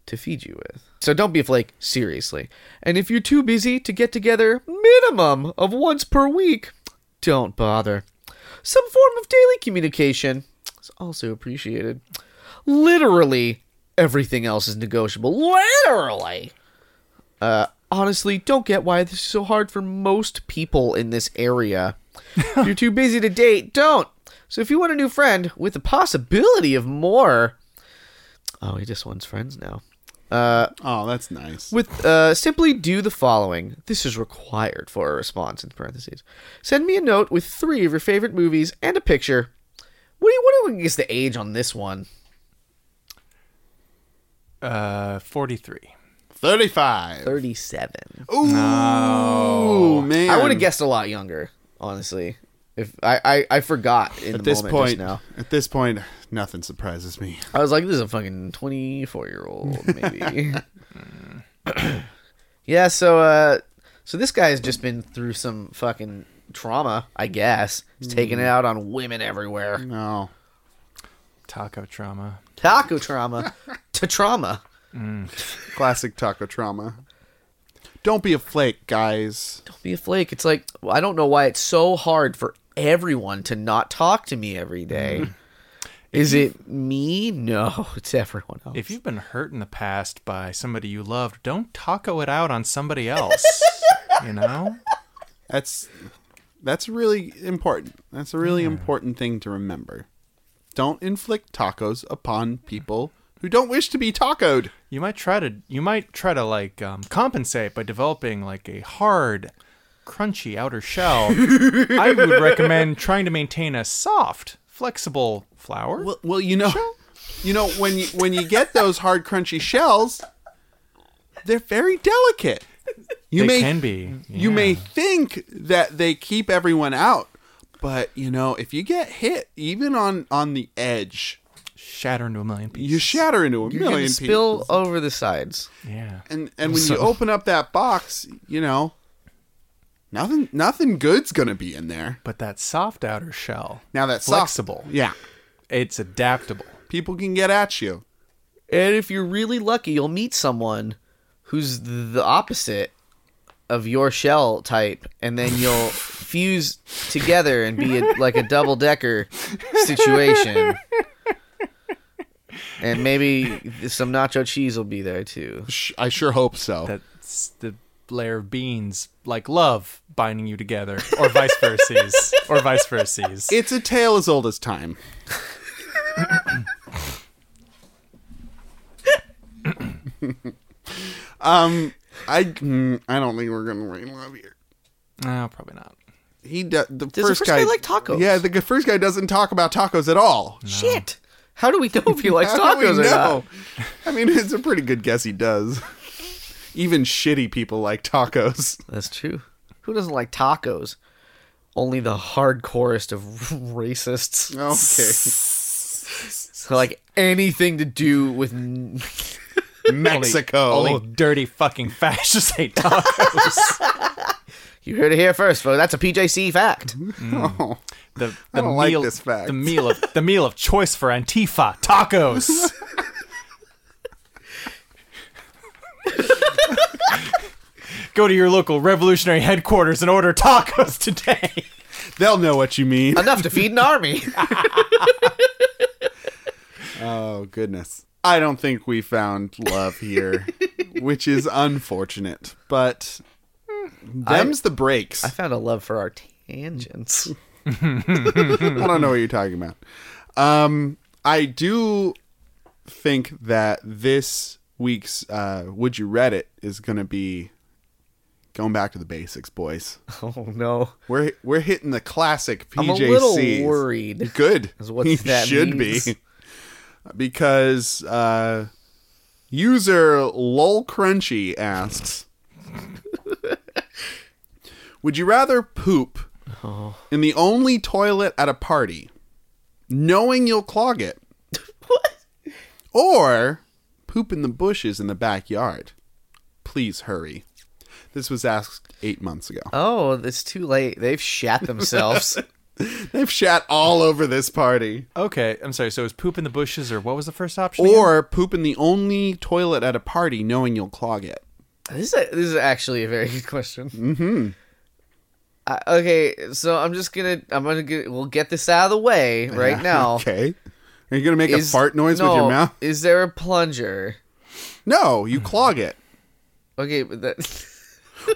[SPEAKER 2] to feed you with. So don't be a flake, seriously. And if you're too busy to get together minimum of once per week, don't bother. Some form of daily communication is also appreciated. Literally, everything else is negotiable. Literally! Uh, honestly, don't get why this is so hard for most people in this area. If you're too busy to date, don't. So if you want a new friend with the possibility of more, oh, he just wants friends now. Uh,
[SPEAKER 3] Oh, that's nice.
[SPEAKER 2] with uh, simply do the following. This is required for a response in parentheses. Send me a note with three of your favorite movies and a picture. What do you what do you think is the age on this one?
[SPEAKER 1] Uh, 43.
[SPEAKER 3] 35.
[SPEAKER 2] Thirty-seven.
[SPEAKER 3] Ooh, man.
[SPEAKER 2] I would have guessed a lot younger, honestly. If I I, I forgot in
[SPEAKER 3] at
[SPEAKER 2] the
[SPEAKER 3] this
[SPEAKER 2] moment
[SPEAKER 3] point.
[SPEAKER 2] just now.
[SPEAKER 3] At this point, nothing surprises me.
[SPEAKER 2] I was like, this is a fucking 24 year old, maybe. yeah, so, uh, so this guy has just been through some fucking trauma, I guess. He's taking it out on women everywhere.
[SPEAKER 3] No.
[SPEAKER 1] Taco trauma.
[SPEAKER 2] Taco trauma. to trauma.
[SPEAKER 3] Classic taco trauma. Don't be a flake, guys.
[SPEAKER 2] Don't be a flake. It's like, well, I don't know why it's so hard for everyone to not talk to me every day. Is it me? No, it's everyone else.
[SPEAKER 1] If you've been hurt in the past by somebody you loved, don't taco it out on somebody else. you know?
[SPEAKER 3] That's that's really important. That's a really important thing to remember. Don't inflict tacos upon people who don't wish to be tacoed.
[SPEAKER 1] You might try to you might try to like um, compensate by developing like a hard, crunchy outer shell. I would recommend trying to maintain a soft, flexible flour.
[SPEAKER 3] Well, well, you know, you know when you, when you get those hard crunchy shells, they're very delicate. You
[SPEAKER 1] they
[SPEAKER 3] may
[SPEAKER 1] can be.
[SPEAKER 3] you may think that they keep everyone out, but you know if you get hit even on on the edge,
[SPEAKER 1] shatter into a million pieces.
[SPEAKER 3] you shatter into a
[SPEAKER 2] You're going
[SPEAKER 3] million
[SPEAKER 2] to spill
[SPEAKER 3] pieces.
[SPEAKER 2] over the sides.
[SPEAKER 1] yeah.
[SPEAKER 3] And and when you open up that box, you know nothing nothing good's gonna be in there.
[SPEAKER 1] But that soft outer shell,
[SPEAKER 3] Now that's
[SPEAKER 1] Flexible.
[SPEAKER 3] yeah,
[SPEAKER 1] it's adaptable.
[SPEAKER 3] people can get at you.
[SPEAKER 2] And if you're really lucky, you'll meet someone who's the opposite of your shell type, and then you'll fuse together and be a, like a double decker situation. And maybe some nacho cheese will be there too.
[SPEAKER 3] Sh- I sure hope so.
[SPEAKER 1] That's the layer of beans, like love, binding you together, or vice versa, or vice versa.
[SPEAKER 3] It's a tale as old as time. um, I mm, I don't think we're gonna rain love here.
[SPEAKER 1] No, probably not.
[SPEAKER 3] He do, the
[SPEAKER 2] the
[SPEAKER 3] first,
[SPEAKER 2] first guy like tacos?
[SPEAKER 3] Yeah, the g- first guy doesn't talk about tacos at all.
[SPEAKER 2] Shit! How do we know if he likes
[SPEAKER 3] How do we
[SPEAKER 2] tacos or not?
[SPEAKER 3] know? I mean, it's a pretty good guess he does. Even shitty people like tacos.
[SPEAKER 2] That's true. Who doesn't like tacos? Only the hardcorest of racists.
[SPEAKER 3] Okay,
[SPEAKER 2] So like anything to do with n-
[SPEAKER 3] Mexico.
[SPEAKER 1] Only dirty fucking fascists hate tacos.
[SPEAKER 2] You heard it here first, folks. That's a PJC fact.
[SPEAKER 3] Oh.
[SPEAKER 1] The, the
[SPEAKER 3] I don't like
[SPEAKER 1] meal,
[SPEAKER 3] this fact.
[SPEAKER 1] The meal of the meal of choice for Antifa tacos. Go to your local revolutionary headquarters and order tacos today.
[SPEAKER 3] They'll know what you mean.
[SPEAKER 2] Enough to feed an army.
[SPEAKER 3] Oh goodness. I don't think we found love here, which is unfortunate. But them's the breaks.
[SPEAKER 2] I
[SPEAKER 3] I,
[SPEAKER 2] found a love for our tangents.
[SPEAKER 3] don't know what you're talking about. Um, I do think that this week's uh, "Would You Reddit" is going to be going back to the basics, boys.
[SPEAKER 2] Oh no.
[SPEAKER 3] We're we're hitting the classic PJC.
[SPEAKER 2] I'm a little worried.
[SPEAKER 3] Good.
[SPEAKER 2] Is what
[SPEAKER 3] You
[SPEAKER 2] that
[SPEAKER 3] should
[SPEAKER 2] means.
[SPEAKER 3] be. Because uh, user lolcrunchy asks Would you rather poop
[SPEAKER 2] Oh.
[SPEAKER 3] in the only toilet at a party, knowing you'll clog it,
[SPEAKER 2] What?
[SPEAKER 3] or poop in the bushes in the backyard? Please hurry. This was asked eight months ago.
[SPEAKER 2] Oh, it's too late. They've shat themselves.
[SPEAKER 3] They've shat all over this party.
[SPEAKER 1] Okay, I'm sorry. So it was poop in the bushes, or what was the first option? again?
[SPEAKER 3] Or poop in the only toilet at a party knowing you'll clog it.
[SPEAKER 2] this, is a, this is actually a very good question. Mm-hmm. I, okay, so I'm just gonna I'm gonna get we'll get this out of the way right now.
[SPEAKER 3] Okay. Are you going to make
[SPEAKER 2] Is-
[SPEAKER 3] a fart noise with
[SPEAKER 2] no,
[SPEAKER 3] your mouth?
[SPEAKER 2] Is there a plunger?
[SPEAKER 3] No, you clog it.
[SPEAKER 2] Okay, but that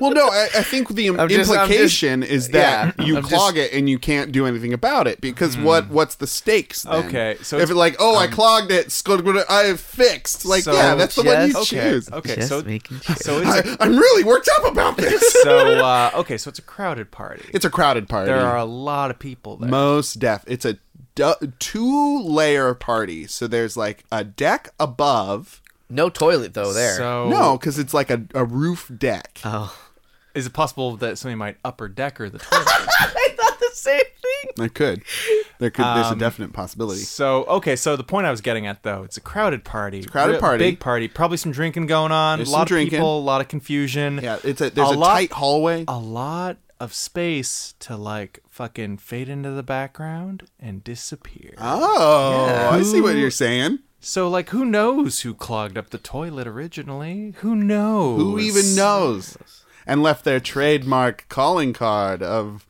[SPEAKER 3] Well, no, I, I think the im-
[SPEAKER 2] I'm just- I'm
[SPEAKER 3] implication is that
[SPEAKER 2] yeah,
[SPEAKER 3] you
[SPEAKER 2] I'm Hmm.
[SPEAKER 3] clog it and you can't do anything about it because what what's the stakes? Then?
[SPEAKER 1] Okay, so
[SPEAKER 3] if
[SPEAKER 1] it's-
[SPEAKER 3] it's like, oh, I clogged it, sc- I fixed. Like,
[SPEAKER 1] So-
[SPEAKER 3] yeah, that's the one you
[SPEAKER 2] Yes.
[SPEAKER 1] okay,
[SPEAKER 3] choose.
[SPEAKER 1] okay,
[SPEAKER 2] Just
[SPEAKER 1] so
[SPEAKER 2] making
[SPEAKER 1] so it's
[SPEAKER 3] I, I'm really worked up about this.
[SPEAKER 1] so uh, okay, so it's a crowded party.
[SPEAKER 3] it's a crowded party.
[SPEAKER 1] there are a lot of people there.
[SPEAKER 3] Most deaf. It's a two layer party. So there's like a deck above.
[SPEAKER 2] No toilet though there.
[SPEAKER 1] So
[SPEAKER 3] No, because it's like a, a roof deck.
[SPEAKER 2] Oh.
[SPEAKER 1] is it possible that somebody might upper decker the toilet?
[SPEAKER 2] I thought the same thing.
[SPEAKER 3] There could. There could. there's a definite possibility.
[SPEAKER 1] so okay, so the point I was getting at though, it's a crowded party. It's a
[SPEAKER 3] crowded party.
[SPEAKER 1] Big party. Probably some drinking going on.
[SPEAKER 3] There's
[SPEAKER 1] a
[SPEAKER 3] some
[SPEAKER 1] lot of
[SPEAKER 3] drinking.
[SPEAKER 1] people, a lot of confusion.
[SPEAKER 3] Yeah, it's a there's a,
[SPEAKER 1] lot-
[SPEAKER 3] tight hallway.
[SPEAKER 1] a lot of space to like fucking fade into the background and disappear.
[SPEAKER 3] Oh, I see what you're saying.
[SPEAKER 1] So like who knows who clogged up the toilet originally? Who knows?
[SPEAKER 3] Who even knows? And left their trademark calling card of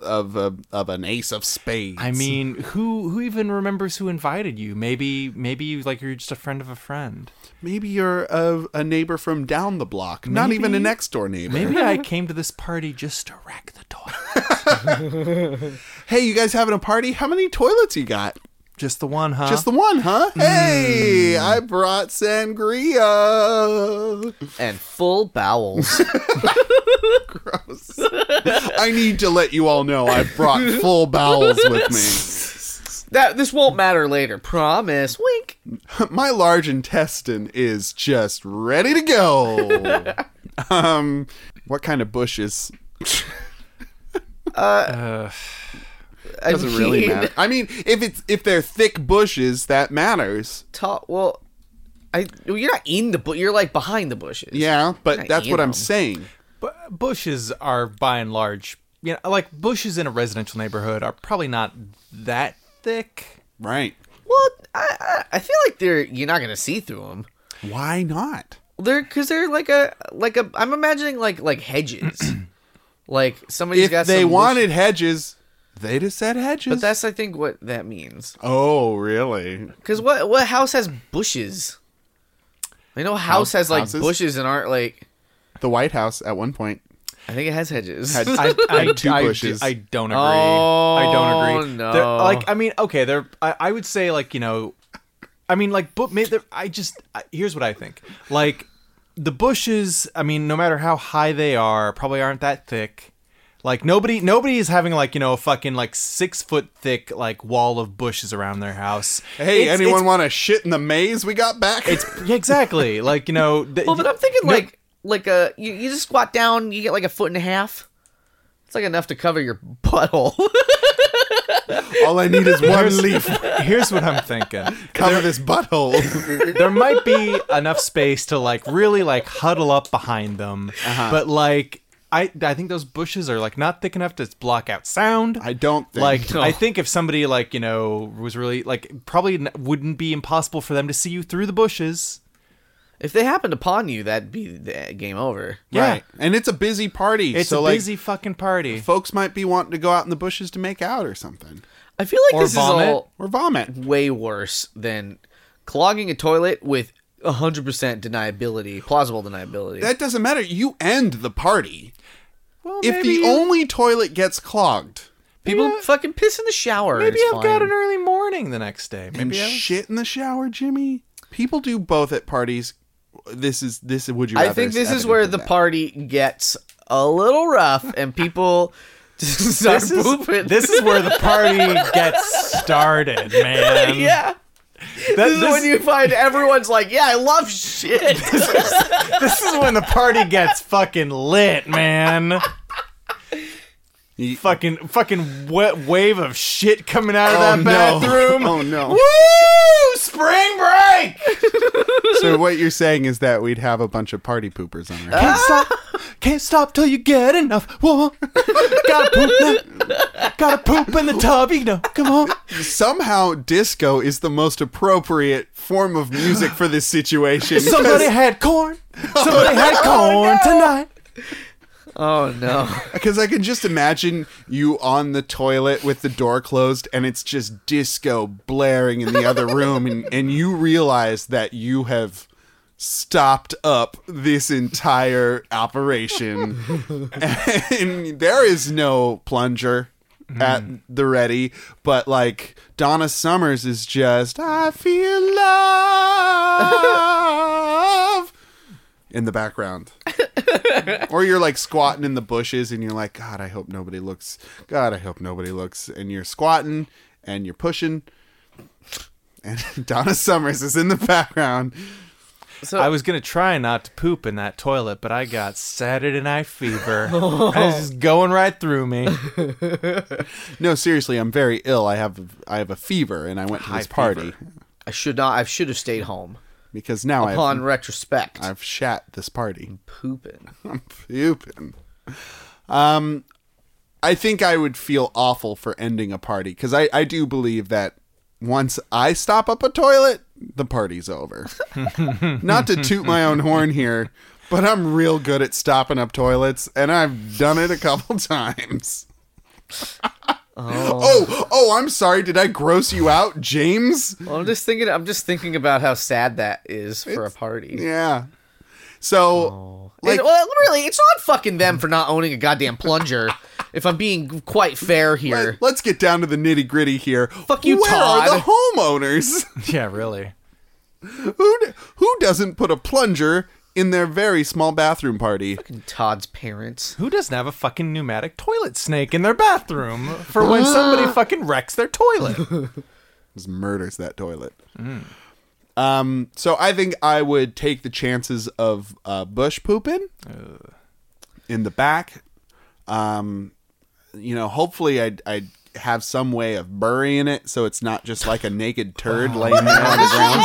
[SPEAKER 3] of a, of an ace of spades.
[SPEAKER 1] I mean, who who even remembers who invited you? Maybe maybe like you're just a friend of a friend.
[SPEAKER 3] maybe you're a, a neighbor from down the block, not
[SPEAKER 1] Maybe-
[SPEAKER 3] even a next door neighbor.
[SPEAKER 1] Maybe I came to this party just to wreck the toilet.
[SPEAKER 3] Hey, you guys having a party? How many toilets you got?
[SPEAKER 1] Just the one, huh?
[SPEAKER 2] Uh,
[SPEAKER 3] Just the one, huh?
[SPEAKER 2] hmm.
[SPEAKER 3] Hey, I brought sangria.
[SPEAKER 2] And full bowels.
[SPEAKER 3] I need to let you all know I brought full bowels with
[SPEAKER 2] that this won't matter later. Promise. Wink.
[SPEAKER 3] me. My large intestine is just ready to go. um, what kind of bushes?
[SPEAKER 1] Uh,
[SPEAKER 2] I
[SPEAKER 3] Doesn't really
[SPEAKER 2] mean,
[SPEAKER 3] matter. I mean, if it's if they're thick bushes, that matters.
[SPEAKER 2] Ta- well, I well, you're not in the bush. You're like behind the bushes.
[SPEAKER 3] Yeah, but
[SPEAKER 2] Not
[SPEAKER 3] that's what
[SPEAKER 2] in
[SPEAKER 3] I'm
[SPEAKER 2] them.
[SPEAKER 3] saying.
[SPEAKER 1] bu- bushes are by and large, you know, like bushes in a residential neighborhood are probably not that thick.
[SPEAKER 3] Right?
[SPEAKER 2] Well, I I, I feel like they're you're not gonna see through them.
[SPEAKER 3] Why not?
[SPEAKER 2] They're because they're like a like a. I'm imagining like like hedges. like somebody's
[SPEAKER 3] If
[SPEAKER 2] got.
[SPEAKER 3] they
[SPEAKER 2] some bush-
[SPEAKER 3] wanted hedges, they'd have said hedges.
[SPEAKER 2] But that's I think what that means.
[SPEAKER 3] oh, really?
[SPEAKER 2] Because what what house has bushes? I know house, has like
[SPEAKER 3] houses?
[SPEAKER 2] bushes and aren't like.
[SPEAKER 3] The White House at one point
[SPEAKER 2] I think it has hedges.
[SPEAKER 3] had
[SPEAKER 1] I, I,
[SPEAKER 3] had two
[SPEAKER 1] I-
[SPEAKER 3] bushes.
[SPEAKER 1] I don't agree.
[SPEAKER 2] Oh,
[SPEAKER 1] I don't agree.
[SPEAKER 2] no.
[SPEAKER 1] They're- Like, I mean, okay, they're. I, I would say, like, you know, I mean, like, but may- they're- I just I, here's what I think. Like, the bushes. I mean, no matter how high they are, probably aren't that thick. Like nobody, nobody is having like you know a fucking like six foot thick like wall of bushes around their house.
[SPEAKER 3] Hey,
[SPEAKER 1] It's-
[SPEAKER 3] anyone want to shit in the maze we got back?
[SPEAKER 1] It's, it's yeah, exactly like you know. th-
[SPEAKER 2] Well, but I'm thinking
[SPEAKER 1] no-
[SPEAKER 2] like like a you, you just squat down, you get like a foot and a half. It's like enough to cover your butthole.
[SPEAKER 3] All I need is one leaf.
[SPEAKER 1] Here's what I'm thinking.
[SPEAKER 3] Cover this butthole.
[SPEAKER 1] there might be enough space to like really like huddle up behind them
[SPEAKER 3] Uh-huh.
[SPEAKER 1] but like I, I think those bushes are like not thick enough to block out sound.
[SPEAKER 3] I don't think.
[SPEAKER 1] like.
[SPEAKER 2] No.
[SPEAKER 1] I think if somebody like you know was really like probably n- wouldn't be impossible for them to see you through the bushes.
[SPEAKER 2] if they happen upon you, that'd be the game over.
[SPEAKER 1] Yeah,
[SPEAKER 3] Right. And it's a busy party.
[SPEAKER 1] it's a
[SPEAKER 3] so like
[SPEAKER 1] busy fucking party.
[SPEAKER 3] folks might be wanting to go out in the bushes to make out or something.
[SPEAKER 2] I feel like
[SPEAKER 1] Or
[SPEAKER 2] this
[SPEAKER 1] vomit.
[SPEAKER 2] is all
[SPEAKER 3] Or vomit.
[SPEAKER 1] Mm-hmm.
[SPEAKER 2] way worse than clogging a toilet with 100% deniability, plausible deniability.
[SPEAKER 3] That doesn't matter. You end the party.
[SPEAKER 1] well,
[SPEAKER 3] If the only toilet gets clogged
[SPEAKER 2] People
[SPEAKER 1] Yeah.
[SPEAKER 2] fucking piss in the shower.
[SPEAKER 1] maybe
[SPEAKER 2] it's
[SPEAKER 1] I've got
[SPEAKER 2] fine.
[SPEAKER 1] an early morning the next day.
[SPEAKER 3] and
[SPEAKER 1] Maybe I was-
[SPEAKER 3] shit in the shower, Jimmy. People do both at parties. This is this would you
[SPEAKER 2] I
[SPEAKER 3] rather
[SPEAKER 2] think this is
[SPEAKER 3] evidence
[SPEAKER 2] where
[SPEAKER 3] of
[SPEAKER 2] the
[SPEAKER 3] that.
[SPEAKER 2] party gets a little rough and people just start
[SPEAKER 1] This is,
[SPEAKER 2] pooping.
[SPEAKER 1] this is where the party gets started, man.
[SPEAKER 2] yeah.
[SPEAKER 1] That-
[SPEAKER 2] This is when you find everyone's like, yeah, I love shit.
[SPEAKER 1] this is when the party gets fucking lit, man.
[SPEAKER 3] Ye-
[SPEAKER 1] Fucking fucking wet wave of shit coming out of
[SPEAKER 3] Oh,
[SPEAKER 1] that
[SPEAKER 3] no.
[SPEAKER 1] bathroom.
[SPEAKER 3] Oh no.
[SPEAKER 1] Woo! Spring break.
[SPEAKER 3] So what you're saying is that we'd have a bunch of party poopers on our
[SPEAKER 1] Can't stop. Can't stop till you get enough. Whoa. Gotta poop. Now. Gotta poop in the tub. You know. Come on.
[SPEAKER 3] Somehow, disco is the most appropriate form of music for this situation.
[SPEAKER 1] Somebody had corn. Somebody had corn tonight.
[SPEAKER 2] oh no.
[SPEAKER 3] Because I can just imagine you on the toilet with the door closed and it's just disco blaring in the other room, and, and you realize that you have stopped up this entire operation. and there is no plunger at the ready, but like Donna Summers is just, I feel love in the background. or you're like squatting in the bushes and you're like, God, I hope nobody looks. God, I hope nobody looks. And you're squatting and you're pushing. And Donna Summers is in the background.
[SPEAKER 2] So
[SPEAKER 3] Oh.
[SPEAKER 1] I was gonna try not to poop in that toilet, but I got Saturday night fever. And It's just going right through me.
[SPEAKER 3] No, seriously, I'm very ill. I have I have a fever, and I went to this party
[SPEAKER 2] I should not. I should have stayed home.
[SPEAKER 3] because now
[SPEAKER 2] Upon
[SPEAKER 3] I've
[SPEAKER 2] retrospect, I'm
[SPEAKER 3] I've shat this party.
[SPEAKER 2] pooping.
[SPEAKER 3] I'm pooping. Um, I think I would feel awful for ending a party because I I do believe that once I stop up a toilet, the party's over. Not to toot my own horn here, but I'm real good at stopping up toilets, and I've done it a couple times. oh, oh, I'm sorry. Did I gross you out, James?
[SPEAKER 2] Well, I'm just thinking. I'm just thinking about how sad that is for a party.
[SPEAKER 3] Yeah. So, like,
[SPEAKER 2] And, well, really, it's not fucking them for not owning a goddamn plunger. if I'm being quite fair here,
[SPEAKER 3] let, us get down to the nitty gritty here.
[SPEAKER 2] Fuck you,
[SPEAKER 3] Where are
[SPEAKER 2] Todd.
[SPEAKER 3] the homeowners?
[SPEAKER 1] Yeah, really.
[SPEAKER 3] who d- who doesn't put a plunger in their very small bathroom party?
[SPEAKER 2] fucking Todd's parents.
[SPEAKER 1] Who doesn't have a fucking pneumatic toilet snake in their bathroom for when somebody fucking wrecks their toilet?
[SPEAKER 3] Just murders that toilet. Um, so I think I would take the chances of uh, bush pooping in the back. Um, you know, hopefully I'd, I'd have some way of burying it so it's not just like a naked turd laying there on the ground.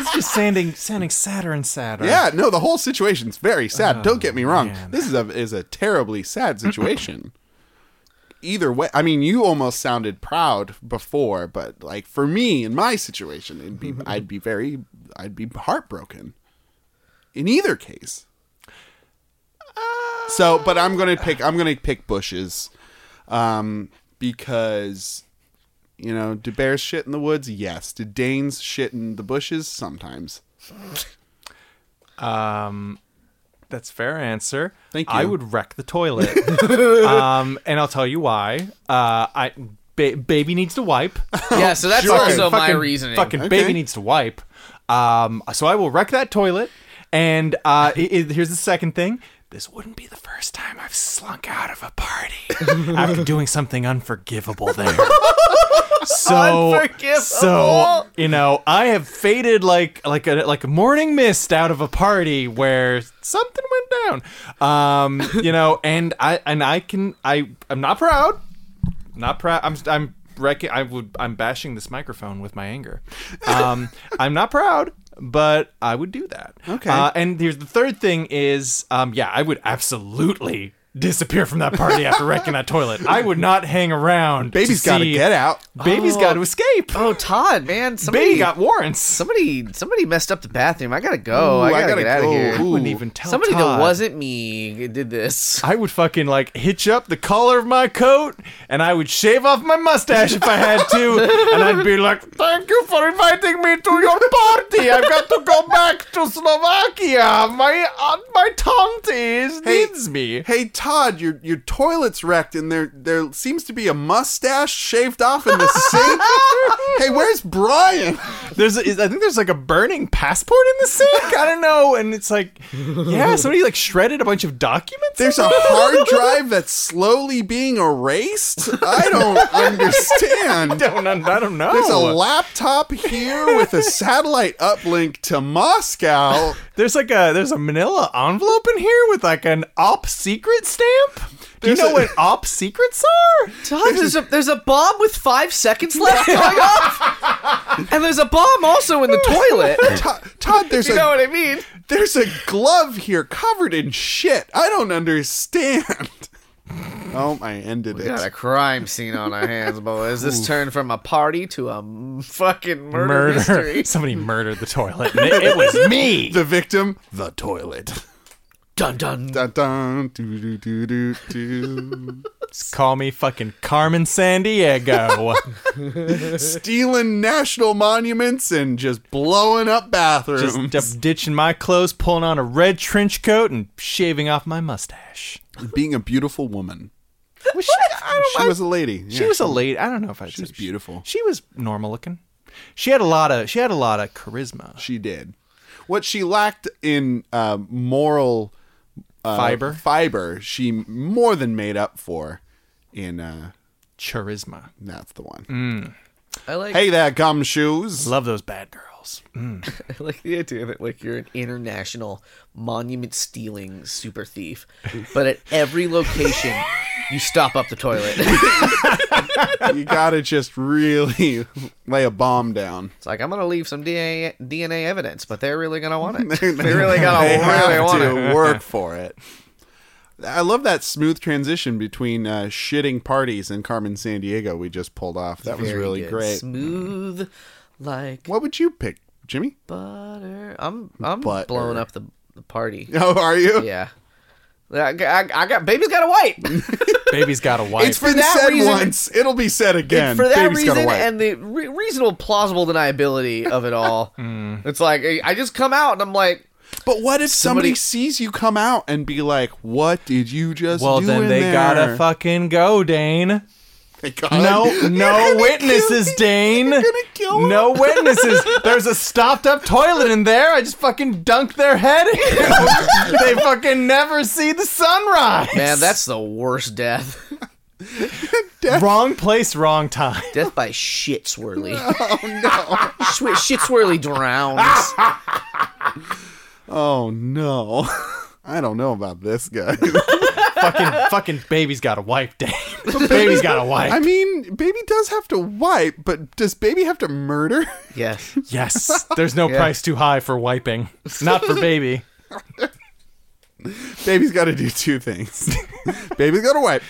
[SPEAKER 1] It's just sounding sounding sadder and sadder.
[SPEAKER 3] Yeah, no, the whole situation's very sad. Don't get me wrong.
[SPEAKER 1] man.
[SPEAKER 3] This is a is a terribly sad situation. Either way, I mean, you almost sounded proud before, but like for me in my situation, it'd be I'd be very I'd be heartbroken. In either case. So, but I'm gonna pick I'm gonna pick bushes, um, because you know, do bears shit in the woods? Yes. Do Danes shit in the bushes? Sometimes.
[SPEAKER 1] Um, that's a fair answer.
[SPEAKER 3] Thank
[SPEAKER 1] I
[SPEAKER 3] you.
[SPEAKER 1] would wreck the toilet. um, and I'll tell you why. Uh, I ba- baby needs to wipe.
[SPEAKER 2] Yeah, so that's
[SPEAKER 3] sure.
[SPEAKER 2] also my
[SPEAKER 1] fucking-
[SPEAKER 2] reasoning.
[SPEAKER 1] Fucking
[SPEAKER 3] Okay.
[SPEAKER 1] baby needs to wipe. Um, so I will wreck that toilet. And uh, i i- here's the second thing. This wouldn't be the first time I've slunk out of a party after doing something unforgivable there. So,
[SPEAKER 2] Unforgivable.
[SPEAKER 1] so you know, I have faded like like a like a morning mist out of a party where something went down. Um, you know, and I and I can I I'm not proud not proud. I'm I'm wrecking. I would. I'm bashing this microphone with my anger. Um, I'm not proud, but I would do that.
[SPEAKER 3] Okay.
[SPEAKER 1] Uh, and here's the third thing: is um, yeah, I would absolutely disappear from that party after wrecking that toilet. I would not hang around.
[SPEAKER 3] Baby's
[SPEAKER 1] got
[SPEAKER 3] got to get out.
[SPEAKER 1] Baby's
[SPEAKER 2] Oh.
[SPEAKER 1] got to escape.
[SPEAKER 2] oh, Todd, man, somebody
[SPEAKER 1] Baby got warrants.
[SPEAKER 2] somebody somebody messed up the bathroom. I gotta go.
[SPEAKER 3] Ooh,
[SPEAKER 2] I, gotta get out of
[SPEAKER 3] go.
[SPEAKER 1] I
[SPEAKER 2] here.
[SPEAKER 1] wouldn't
[SPEAKER 3] Ooh.
[SPEAKER 1] even tell
[SPEAKER 2] Somebody that
[SPEAKER 1] Todd.
[SPEAKER 2] wasn't me did this.
[SPEAKER 1] I would fucking like hitch up the collar of my coat and I would shave off my mustache if I had to. and I'd be like, thank you for inviting me to your party. I've got to go back to Slovakia. My aunt, my tante is-
[SPEAKER 3] Hey.
[SPEAKER 1] needs me.
[SPEAKER 3] Hey Todd, your your toilet's wrecked, and there there seems to be a mustache shaved off in the sink. hey, where's Brian?
[SPEAKER 1] There's, a, is- I think there's like a burning passport in the sink. I don't know. And it's like, yeah, somebody like shredded a bunch of documents.
[SPEAKER 3] There's a hard drive that's slowly being erased. I don't understand.
[SPEAKER 1] I don't, know- I don't know.
[SPEAKER 3] There's a laptop here with a satellite uplink to Moscow.
[SPEAKER 1] There's like a there's a manila envelope in here with like an op secret stamp. Do you
[SPEAKER 3] There's
[SPEAKER 1] know
[SPEAKER 3] a-
[SPEAKER 1] what op secrets are?
[SPEAKER 2] Todd, there's a there's a bomb with five seconds left going off, and there's a bomb also in the toilet.
[SPEAKER 3] Todd, Todd there's
[SPEAKER 2] You know
[SPEAKER 3] a
[SPEAKER 2] what I mean?
[SPEAKER 3] there's a glove here covered in shit. I don't understand. Oh, I ended
[SPEAKER 2] Got a
[SPEAKER 3] it.
[SPEAKER 2] crime scene on our hands, boys. This turned from a party to a m- fucking murder, mystery.
[SPEAKER 1] Somebody murdered the toilet. And it, it was me.
[SPEAKER 3] The victim, the toilet.
[SPEAKER 2] Dun dun.
[SPEAKER 3] Dun, dun, doo, doo, doo, doo, doo.
[SPEAKER 1] Just call me fucking Carmen San Diego.
[SPEAKER 3] Stealing national monuments and just blowing up
[SPEAKER 1] just
[SPEAKER 3] bathrooms.
[SPEAKER 1] up ditching my clothes, pulling on a red trench coat, and shaving off my mustache.
[SPEAKER 3] Being a beautiful woman.
[SPEAKER 1] Was she, I don't,
[SPEAKER 3] She was a lady.
[SPEAKER 1] she was a lady. I don't know if I.
[SPEAKER 3] She was beautiful.
[SPEAKER 1] She, was normal looking. She had a lot of. She had a lot of charisma.
[SPEAKER 3] She did. What she lacked in uh, moral uh,
[SPEAKER 1] Fiber?
[SPEAKER 3] fiber, she more than made up for in. Uh,
[SPEAKER 1] Charisma.
[SPEAKER 3] that's the one.
[SPEAKER 1] Mm.
[SPEAKER 2] I like
[SPEAKER 3] Hey there, gumshoes.
[SPEAKER 1] Love those bad girls.
[SPEAKER 2] I like the idea that like you're an international monument stealing super thief, but at every location you stop up the toilet.
[SPEAKER 3] you gotta just really lay a bomb down.
[SPEAKER 2] It's like I'm gonna leave some DNA DNA evidence, but they're really gonna want it. they really gonna
[SPEAKER 3] They
[SPEAKER 2] really
[SPEAKER 3] have
[SPEAKER 2] want it.
[SPEAKER 3] to work for it. I love that smooth transition between uh, shitting parties and Carmen San Diego we just pulled off. That was
[SPEAKER 2] Very
[SPEAKER 3] really
[SPEAKER 2] good.
[SPEAKER 3] great.
[SPEAKER 2] Smooth like
[SPEAKER 3] What would you pick, Jimmy?
[SPEAKER 2] butter. I'm I'm
[SPEAKER 3] Butter.
[SPEAKER 2] blowing up the, the party.
[SPEAKER 3] Oh, are you?
[SPEAKER 2] yeah. I, I, I got baby's got a white.
[SPEAKER 1] Baby's got a wife.
[SPEAKER 3] It's been
[SPEAKER 2] that
[SPEAKER 3] said
[SPEAKER 2] reason-
[SPEAKER 3] once. It'll be said again.
[SPEAKER 2] for that
[SPEAKER 3] Baby's got a
[SPEAKER 2] reason
[SPEAKER 3] wife.
[SPEAKER 2] and the re- reasonable plausible deniability of it all
[SPEAKER 3] Mm.
[SPEAKER 2] it's like I I just come out and i'm like
[SPEAKER 3] but what if somebody,
[SPEAKER 2] somebody-
[SPEAKER 3] sees you come out and be like, "What did you just
[SPEAKER 1] well,
[SPEAKER 3] do?"
[SPEAKER 1] then
[SPEAKER 3] in
[SPEAKER 1] they
[SPEAKER 3] there?
[SPEAKER 1] gotta fucking go, Dane.
[SPEAKER 3] They got
[SPEAKER 1] No, no witnesses, Dane.
[SPEAKER 3] You're gonna kill him.
[SPEAKER 1] No witnesses. There's a stopped up toilet in there. I just fucking dunked their head in. they fucking never see the sunrise.
[SPEAKER 2] man that's the worst death
[SPEAKER 1] wrong place, wrong time.
[SPEAKER 2] death by shit swirly oh no Swi- shit swirly drowns
[SPEAKER 3] Oh no. I don't know about this guy.
[SPEAKER 1] fucking fucking baby's got a wife, Dane. baby's got a wife.
[SPEAKER 3] I mean, baby does have to wipe, but does baby have to murder?
[SPEAKER 2] yes
[SPEAKER 1] yes. There's no
[SPEAKER 2] Yeah.
[SPEAKER 1] price too high for wiping. Not for baby.
[SPEAKER 3] Baby's got to do two things. baby's got to wipe.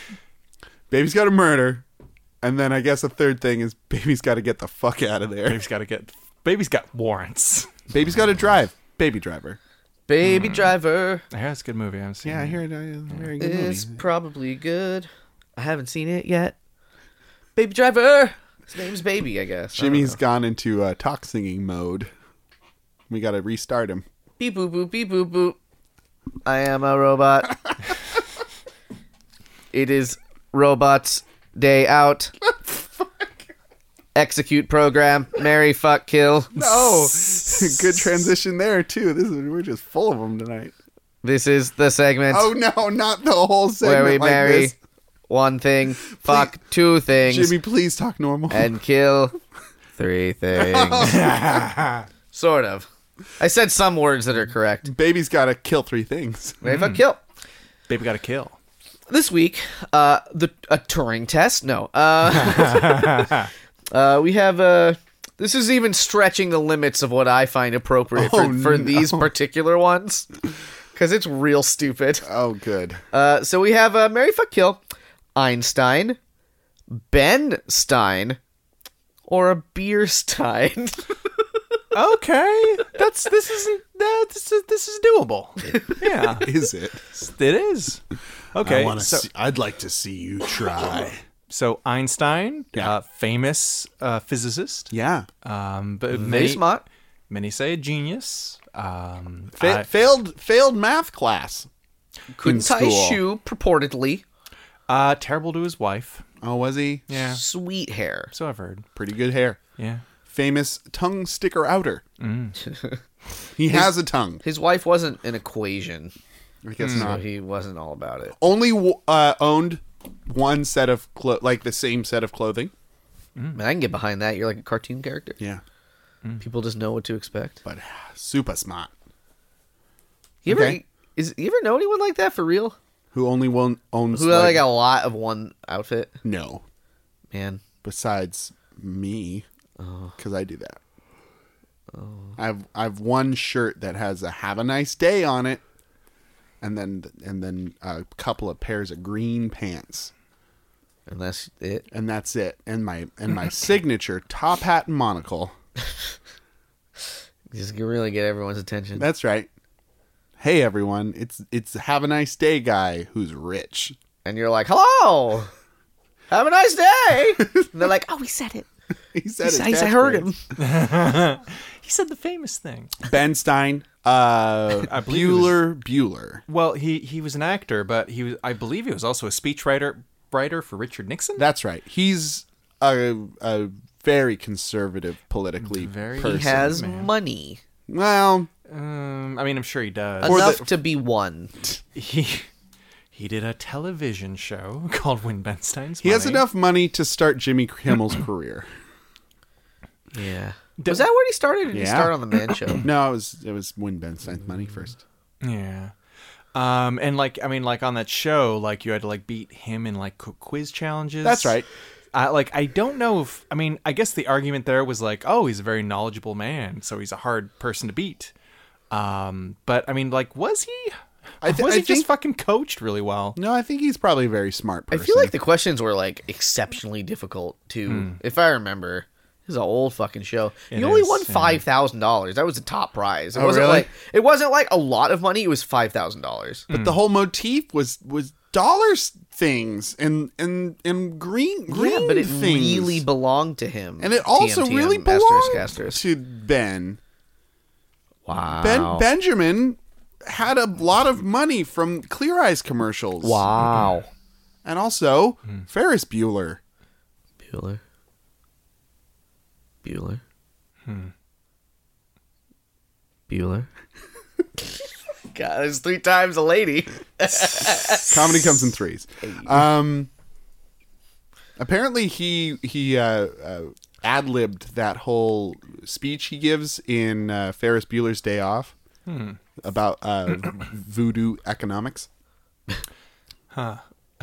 [SPEAKER 3] Baby's got to murder. And then I guess a third thing is baby's got to get the fuck out of there.
[SPEAKER 1] Baby's got to get. Baby's got warrants.
[SPEAKER 3] Baby's got to drive. Baby driver. Mm.
[SPEAKER 2] baby driver
[SPEAKER 1] Yeah, that's a good movie. I haven't seen.
[SPEAKER 3] Yeah, I
[SPEAKER 1] it.
[SPEAKER 3] hear it. uh, Very good movie.
[SPEAKER 2] is probably good i haven't seen it yet baby driver his name's baby i guess I don't
[SPEAKER 3] Jimmy's gone into uh, talk singing mode. We got to restart him.
[SPEAKER 2] Beep boop boop beep boop boop. I am a robot. it is robots day out. Execute program. Marry fuck kill.
[SPEAKER 3] Oh, good transition there too. This is we're just full of them tonight.
[SPEAKER 2] This is the segment
[SPEAKER 3] Oh no, not the whole segment
[SPEAKER 2] where we
[SPEAKER 3] like
[SPEAKER 2] marry
[SPEAKER 3] this.
[SPEAKER 2] one thing, fuck two things,
[SPEAKER 3] Jimmy, please talk normal.
[SPEAKER 2] and kill three things. sort of. I said some words that are correct.
[SPEAKER 3] Baby's got to kill three things.
[SPEAKER 2] Marry fuck kill.
[SPEAKER 1] Baby got to kill.
[SPEAKER 2] this week, uh, the a Turing test. No, uh, uh, we have Uh, this is even stretching the limits of what I find appropriate for,
[SPEAKER 3] Oh,
[SPEAKER 2] for these
[SPEAKER 3] no.
[SPEAKER 2] particular ones, because it's real stupid.
[SPEAKER 3] Oh, good.
[SPEAKER 2] Uh, so we have uh, Mary Fuck Kill, Einstein, Ben Stein, or a beer Stein.
[SPEAKER 1] okay, that's this isn't that this is this is doable. Yeah,
[SPEAKER 3] Is it?
[SPEAKER 1] it is. Okay,
[SPEAKER 3] wanna
[SPEAKER 1] so
[SPEAKER 3] see- I'd like to see you try.
[SPEAKER 1] so Einstein,
[SPEAKER 3] Yeah.
[SPEAKER 1] uh, famous uh, physicist,
[SPEAKER 3] yeah.
[SPEAKER 1] um, but
[SPEAKER 2] Very
[SPEAKER 1] many,
[SPEAKER 2] smart.
[SPEAKER 1] many say a genius. Um,
[SPEAKER 3] Fa-
[SPEAKER 1] I-
[SPEAKER 3] failed failed math class.
[SPEAKER 2] Couldn't tie a
[SPEAKER 3] school.
[SPEAKER 2] shoe purportedly.
[SPEAKER 1] uh, terrible to his wife.
[SPEAKER 3] Oh, was he?
[SPEAKER 1] Yeah,
[SPEAKER 2] Sweet hair.
[SPEAKER 1] so I've heard.
[SPEAKER 3] Pretty good hair.
[SPEAKER 1] Yeah,
[SPEAKER 3] Famous tongue sticker outer. Mm. he has a tongue.
[SPEAKER 2] His wife wasn't an equation,
[SPEAKER 3] I guess
[SPEAKER 2] so
[SPEAKER 3] not.
[SPEAKER 2] he wasn't all about it.
[SPEAKER 3] Only w- uh, owned one set of clo- like the same set of clothing.
[SPEAKER 2] Man, I can get behind that. You're like a cartoon character.
[SPEAKER 3] Yeah, Mm.
[SPEAKER 2] People just know what to expect.
[SPEAKER 3] but super smart.
[SPEAKER 2] You ever
[SPEAKER 3] Okay.
[SPEAKER 2] is you ever know anyone like that for real?
[SPEAKER 3] Who only one owns
[SPEAKER 2] Who had, like, a lot of one outfit?
[SPEAKER 3] no
[SPEAKER 2] Man,
[SPEAKER 3] besides me because I do that. I've I've one shirt that has a "Have a nice day" on it, and then and then a couple of pairs of green pants,
[SPEAKER 2] and that's it.
[SPEAKER 3] and that's it. And my and my signature top hat and monocle.
[SPEAKER 2] You just can really get everyone's attention.
[SPEAKER 3] That's right. "Hey everyone, it's it's have a nice day guy who's rich."
[SPEAKER 2] and you're like, "Hello, have a nice day." And they're like, "Oh, he said it.
[SPEAKER 3] He said
[SPEAKER 2] He
[SPEAKER 3] his
[SPEAKER 2] said- I heard
[SPEAKER 3] catchphrase.
[SPEAKER 2] him."
[SPEAKER 1] He said the famous thing.
[SPEAKER 3] Ben Stein, uh,
[SPEAKER 1] I believe it was-
[SPEAKER 3] Bueller, Bueller.
[SPEAKER 1] Well, he he was an actor, but he was I believe he was also a speechwriter writer for Richard Nixon.
[SPEAKER 3] That's right. He's a a very conservative politically
[SPEAKER 1] Very-
[SPEAKER 3] person.
[SPEAKER 2] He has money
[SPEAKER 3] well,
[SPEAKER 1] um, I mean, I'm sure he does.
[SPEAKER 3] Or the-
[SPEAKER 2] enough to be one.
[SPEAKER 1] he he did a television show called Win Benstein's.
[SPEAKER 3] he has
[SPEAKER 1] Money.
[SPEAKER 3] enough money to start Jimmy Kimmel's career.
[SPEAKER 2] Yeah. Was that where he started? Or did he
[SPEAKER 3] Yeah.
[SPEAKER 2] start on the Man Show?
[SPEAKER 3] No, it was it was Win Ben Stein's money first.
[SPEAKER 1] Yeah. Um, and like I mean, like on that show, like you had to like beat him in like qu- quiz challenges.
[SPEAKER 3] That's right.
[SPEAKER 1] I, like I don't know if I mean I guess the argument there was like oh he's a very knowledgeable man so he's a hard person to beat, um but I mean like was he
[SPEAKER 3] I thi-
[SPEAKER 1] was
[SPEAKER 3] I
[SPEAKER 1] he just
[SPEAKER 3] think-
[SPEAKER 1] fucking coached really well
[SPEAKER 3] No, I think he's probably a very smart
[SPEAKER 2] I
[SPEAKER 3] person. Hmm.
[SPEAKER 2] feel like the questions were like exceptionally difficult too, if I remember. It was an old fucking show.
[SPEAKER 1] It
[SPEAKER 2] you only
[SPEAKER 1] is,
[SPEAKER 2] won
[SPEAKER 1] yeah.
[SPEAKER 2] five thousand dollars. That was the top prize. It
[SPEAKER 3] Oh,
[SPEAKER 2] wasn't
[SPEAKER 3] really?
[SPEAKER 2] like it wasn't like a lot of money. It was five thousand dollars.
[SPEAKER 3] but
[SPEAKER 1] Hmm.
[SPEAKER 3] the whole motif was was dollars things and and and green green
[SPEAKER 2] Yeah, but it
[SPEAKER 3] Hmm. things.
[SPEAKER 2] really belonged to him.
[SPEAKER 3] and it also
[SPEAKER 2] TMTM,
[SPEAKER 3] really
[SPEAKER 2] Masters,
[SPEAKER 3] belonged
[SPEAKER 2] Casters.
[SPEAKER 3] to Ben.
[SPEAKER 2] Wow.
[SPEAKER 3] Ben Benjamin had a lot of money from Clear Eyes commercials.
[SPEAKER 2] Wow.
[SPEAKER 3] And also
[SPEAKER 1] Hmm.
[SPEAKER 3] Ferris Bueller.
[SPEAKER 2] Bueller. Bueller. Hmm. Bueller. God, it's three times a lady.
[SPEAKER 3] Comedy comes in threes. Um apparently he he uh, uh ad-libbed that whole speech he gives in uh, Ferris Bueller's Day Off
[SPEAKER 1] Hmm.
[SPEAKER 3] about uh voodoo economics.
[SPEAKER 1] I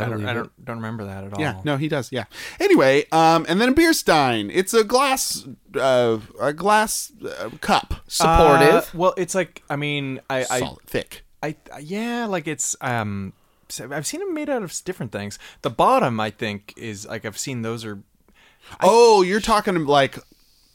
[SPEAKER 1] don't I don't, don't remember that at all
[SPEAKER 3] Yeah, no, he does. Yeah. Anyway, um, and then a beer stein. It's a glass, uh, a glass uh, cup,
[SPEAKER 1] Uh,
[SPEAKER 2] Supportive.
[SPEAKER 1] well it's like I mean I I,
[SPEAKER 3] solid, thick.
[SPEAKER 1] I I- yeah like it's um so I've seen them made out of s- different things the bottom I think is like I've seen those are
[SPEAKER 3] oh, you're talking like,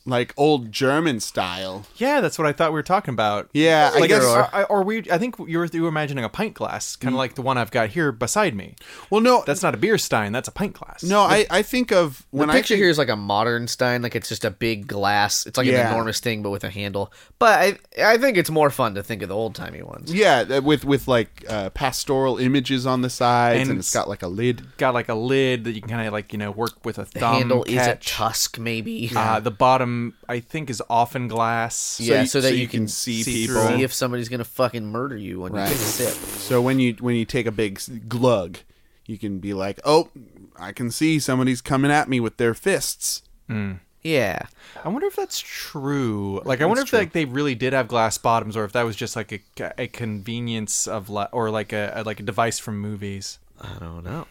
[SPEAKER 3] like old German style.
[SPEAKER 1] yeah that's what I thought we were talking about
[SPEAKER 3] Yeah, I
[SPEAKER 1] like,
[SPEAKER 3] guess.
[SPEAKER 1] or, or we I think you were you were imagining a pint glass
[SPEAKER 2] Mm.
[SPEAKER 1] kind of like the one I've got here beside me
[SPEAKER 3] well, no,
[SPEAKER 1] That's not a beer stein. That's a pint glass.
[SPEAKER 3] no. I, I think of when
[SPEAKER 2] the
[SPEAKER 3] I
[SPEAKER 2] picture
[SPEAKER 3] think-
[SPEAKER 2] here is like a modern stein, like it's just a big glass. It's like
[SPEAKER 3] Yeah.
[SPEAKER 2] an enormous thing, but with a handle. But I, I think it's more fun to think of the old timey ones.
[SPEAKER 3] Yeah, that- with with like uh, pastoral images on the sides, and,
[SPEAKER 1] And
[SPEAKER 3] it's got like a lid.
[SPEAKER 1] got like a lid that you can kind of like you know work with a
[SPEAKER 2] The
[SPEAKER 1] thumb.
[SPEAKER 2] handle is a
[SPEAKER 1] catch.
[SPEAKER 2] tusk, maybe.
[SPEAKER 1] Uh, the bottom I think is often glass.
[SPEAKER 2] yeah,
[SPEAKER 3] you-
[SPEAKER 2] so, that you, can,
[SPEAKER 3] see
[SPEAKER 1] see
[SPEAKER 3] people.
[SPEAKER 1] through
[SPEAKER 2] see if somebody's gonna fucking murder you when
[SPEAKER 3] Right.
[SPEAKER 2] you take a sip.
[SPEAKER 3] So when you when you take a big s- glug, you can be like, oh, I can see somebody's coming at me with their fists.
[SPEAKER 2] Yeah.
[SPEAKER 1] I wonder if that's true. Like I wonder if like they really did have glass bottoms, or if that was just like a, a convenience of li- or like a, a- like a device from movies.
[SPEAKER 2] I don't know.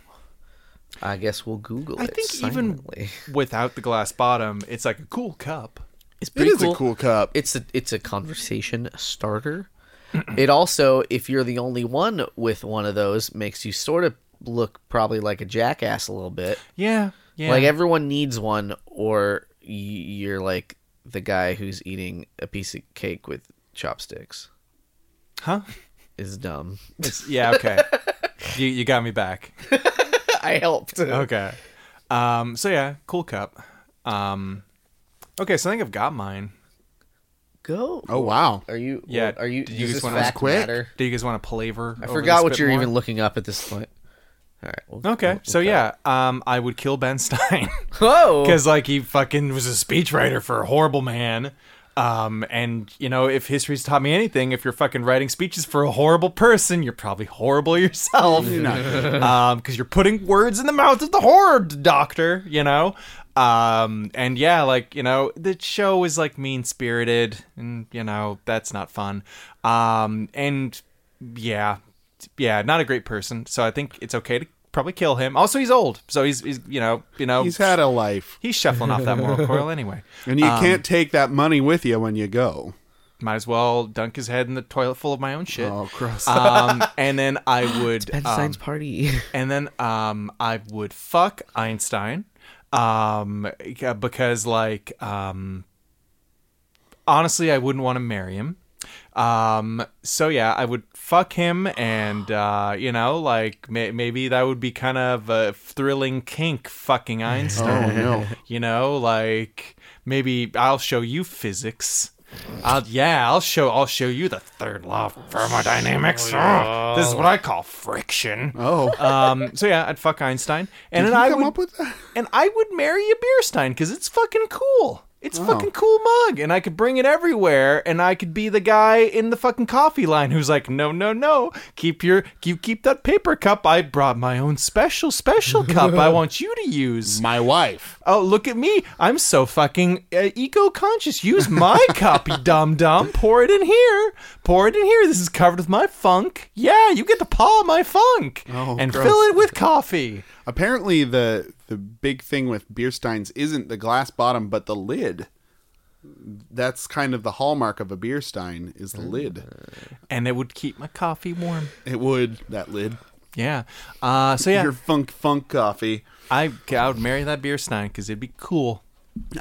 [SPEAKER 2] I guess we'll Google
[SPEAKER 1] I
[SPEAKER 2] it.
[SPEAKER 1] think
[SPEAKER 2] silently.
[SPEAKER 1] even without the glass bottom, it's like a cool cup.
[SPEAKER 2] it's
[SPEAKER 3] It
[SPEAKER 2] pretty
[SPEAKER 3] is
[SPEAKER 2] cool.
[SPEAKER 3] a cool cup.
[SPEAKER 2] It's a it's a conversation starter. it also, if you're the only one with one of those, makes you sort of look probably like a jackass a little bit.
[SPEAKER 1] Yeah, yeah.
[SPEAKER 2] Like everyone needs one, or y- you're like the guy who's eating a piece of cake with chopsticks.
[SPEAKER 1] huh?
[SPEAKER 2] Is dumb.
[SPEAKER 1] It's, yeah. Okay. you you got me back.
[SPEAKER 2] I helped.
[SPEAKER 1] Okay. Um. So yeah, cool cup. Um. Okay, so I think I've got mine.
[SPEAKER 2] Go.
[SPEAKER 3] oh wow.
[SPEAKER 2] Are you?
[SPEAKER 1] Yeah,
[SPEAKER 2] Are you?
[SPEAKER 1] do you
[SPEAKER 2] does
[SPEAKER 1] guys
[SPEAKER 2] this
[SPEAKER 1] wanna- Oh, That was
[SPEAKER 2] fact
[SPEAKER 3] quick.
[SPEAKER 2] matter?
[SPEAKER 1] Do you guys want to palaver?
[SPEAKER 2] I forgot what you're even looking up at this point. All right. We'll,
[SPEAKER 1] Okay, so yeah, um, I would kill Ben Stein
[SPEAKER 2] Whoa.
[SPEAKER 1] because like he fucking was a speechwriter for a horrible man. Um, and you know, if history's taught me anything, if you're fucking writing speeches for a horrible person, you're probably horrible yourself. You know, um, because you're putting words in the mouth of the horde doctor. You know, um, and yeah, like you know, the show is like mean spirited, and you know that's not fun. Um, and yeah, yeah, not a great person. So I think it's okay to probably kill him. Also, he's old, so he's he's you know you know
[SPEAKER 3] He's had a life,
[SPEAKER 1] he's shuffling off that moral coil anyway.
[SPEAKER 3] and you can't take that money with you when you go.
[SPEAKER 1] Might as well dunk his head in the toilet full of my own shit.
[SPEAKER 3] Oh, gross.
[SPEAKER 1] Um, and then I would,
[SPEAKER 2] Ben
[SPEAKER 1] um,
[SPEAKER 2] Stein's party.
[SPEAKER 1] and then um, I would fuck Einstein, um, yeah, because like um, honestly, I wouldn't want to marry him. Um, so yeah, I would fuck him, and uh, you know, like may- maybe that would be kind of a thrilling kink fucking Einstein.
[SPEAKER 3] Oh, no.
[SPEAKER 1] You know, like maybe I'll show you physics. I'll, yeah, I'll show I'll show you the third law of thermodynamics. Ugh, this is what I call friction.
[SPEAKER 3] Oh.
[SPEAKER 1] Um, so yeah, I'd fuck Einstein, and
[SPEAKER 3] Did
[SPEAKER 1] then
[SPEAKER 3] you
[SPEAKER 1] I
[SPEAKER 3] come
[SPEAKER 1] would
[SPEAKER 3] up with that?
[SPEAKER 1] and I would marry a beer stein because it's fucking cool. It's
[SPEAKER 3] Oh.
[SPEAKER 1] a fucking cool mug, and I could bring it everywhere, and I could be the guy in the fucking coffee line who's like, "No, no, no, keep your keep keep that paper cup. I brought my own special special cup. I want you to use.
[SPEAKER 3] My wife.
[SPEAKER 1] Oh, look at me! I'm so fucking uh, eco conscious. Use my cup, you dumb dumb. Pour it in here. Pour it in here. This is covered with my funk. Yeah, you get to paw my funk
[SPEAKER 3] Oh,
[SPEAKER 1] and
[SPEAKER 3] gross.
[SPEAKER 1] fill it with coffee.
[SPEAKER 3] Apparently, the the big thing with beer steins isn't the glass bottom, but the lid. That's kind of the hallmark of a beer stein is the lid.
[SPEAKER 1] and it would keep my coffee warm.
[SPEAKER 3] It would that lid.
[SPEAKER 1] Yeah. Uh, so yeah,
[SPEAKER 3] Your funk funk coffee.
[SPEAKER 1] I, I would marry that beer stein because it'd be cool.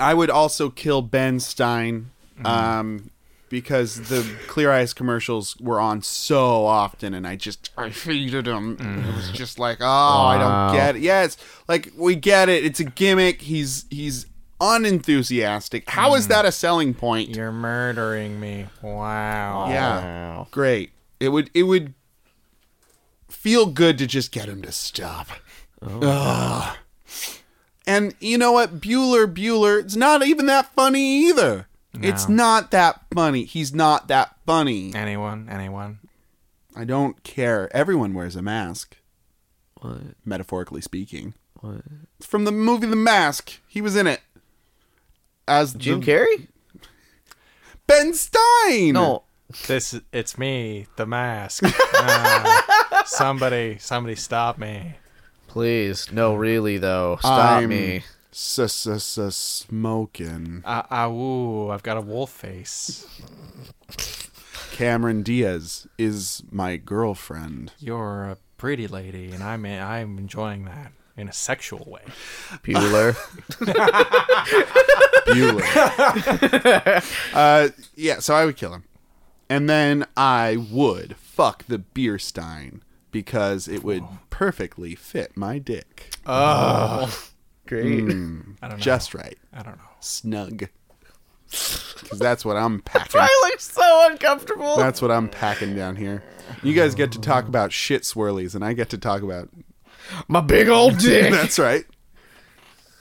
[SPEAKER 3] I would also kill Ben Stein, um, because the Clear Eyes commercials were on so often, and I just I hated them. It was just like, oh, I don't get it. Yes, like we get it. It's a gimmick. He's he's unenthusiastic. How is that a selling point?
[SPEAKER 1] You're murdering me. Wow.
[SPEAKER 3] Yeah,
[SPEAKER 2] Wow.
[SPEAKER 3] great. It would it would feel good to just get him to stop.
[SPEAKER 2] Oh.
[SPEAKER 3] Ugh. And you know what, Bueller, Bueller, it's not even that funny either. It's
[SPEAKER 1] No.
[SPEAKER 3] not that funny. He's not that funny.
[SPEAKER 1] Anyone? Anyone?
[SPEAKER 3] I don't care. Everyone wears a mask,
[SPEAKER 2] What?
[SPEAKER 3] metaphorically speaking.
[SPEAKER 2] What?
[SPEAKER 3] It's from the movie The Mask. He was in it as
[SPEAKER 2] Jim
[SPEAKER 3] the-
[SPEAKER 2] Carrey?
[SPEAKER 3] Ben Stein.
[SPEAKER 2] No.
[SPEAKER 1] This it's me, the mask. Ah, somebody, somebody, stop me.
[SPEAKER 2] Please. No, really, though. Stop
[SPEAKER 3] I'm
[SPEAKER 2] me.
[SPEAKER 3] S-s-s-smoking.
[SPEAKER 1] Ah, ah, woo! I've got a wolf face.
[SPEAKER 3] Cameron Diaz is my girlfriend.
[SPEAKER 1] You're a pretty lady, and I'm I'm enjoying that in a sexual way.
[SPEAKER 2] Bueller.
[SPEAKER 3] Bueller. uh, yeah, so I would kill him. And then I would fuck the beer stein because it would perfectly fit my dick.
[SPEAKER 2] Great.
[SPEAKER 1] I don't know.
[SPEAKER 3] Just right.
[SPEAKER 1] I don't know.
[SPEAKER 3] Snug. Because that's what I'm packing.
[SPEAKER 2] I look so uncomfortable.
[SPEAKER 3] That's what I'm packing down here. You guys get to talk about shit swirlies, and I get to talk about.
[SPEAKER 2] My big old dick.
[SPEAKER 3] That's right.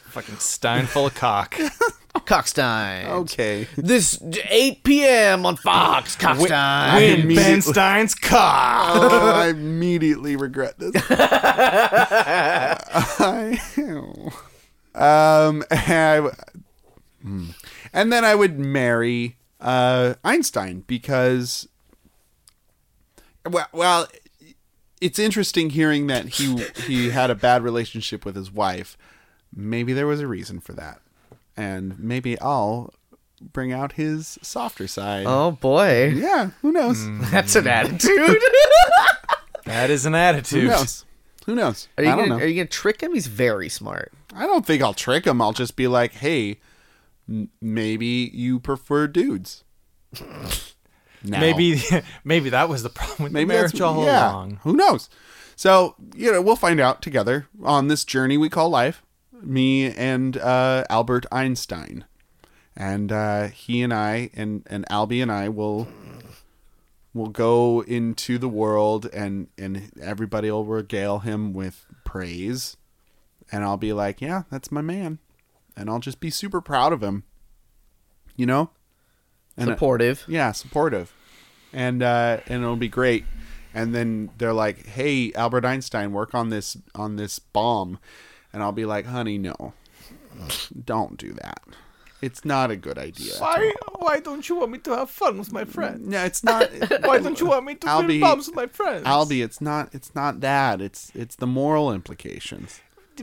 [SPEAKER 1] Fucking stein full of cock.
[SPEAKER 2] Cockstein.
[SPEAKER 3] Oh. Okay.
[SPEAKER 2] This d- 8 p.m. on Fox. Cockstein.
[SPEAKER 3] wait.
[SPEAKER 1] In Ben
[SPEAKER 3] Immediately-
[SPEAKER 1] Stein's cock.
[SPEAKER 3] Oh, I immediately regret this. I- um, and, I- hmm. and then I would marry uh, Einstein because, well, well, it's interesting hearing that he he had a bad relationship with his wife. Maybe there was a reason for that, and maybe I'll bring out his softer side.
[SPEAKER 2] Oh Mm. boy,
[SPEAKER 3] Yeah, who knows?
[SPEAKER 2] that's an attitude.
[SPEAKER 1] That is an
[SPEAKER 3] Who
[SPEAKER 1] attitude.
[SPEAKER 3] knows? Who knows?
[SPEAKER 2] are you
[SPEAKER 3] I don't
[SPEAKER 2] gonna,
[SPEAKER 3] know.
[SPEAKER 2] Are you gonna trick him? He's very smart.
[SPEAKER 3] I don't think I'll trick him. I'll just be like, "Hey, m- maybe you prefer dudes." Now.
[SPEAKER 1] Maybe maybe that was the problem with the marriage all
[SPEAKER 3] yeah,
[SPEAKER 1] along.
[SPEAKER 3] Who knows? So you know, we'll find out together on this journey we call life. Me and uh, Albert Einstein, and uh, he and I and and Albie and I will will go into the world, and and everybody will regale him with praise, and I'll be like, yeah, that's my man, and I'll just be super proud of him. You know, And, uh,
[SPEAKER 2] Supportive.
[SPEAKER 3] yeah, supportive, and uh, and it'll be great. And then they're like, "Hey, Albert Einstein, work on this on this bomb," and I'll be like, "Honey, no, don't do that. It's not a good idea."
[SPEAKER 1] Why why don't you want me to have fun with my friends?
[SPEAKER 3] No, it's not.
[SPEAKER 1] Why don't you want me to
[SPEAKER 3] I'll
[SPEAKER 1] build
[SPEAKER 3] be-
[SPEAKER 1] bombs with my friends?
[SPEAKER 3] Albie, it's not. It's not that. It's it's the moral implications.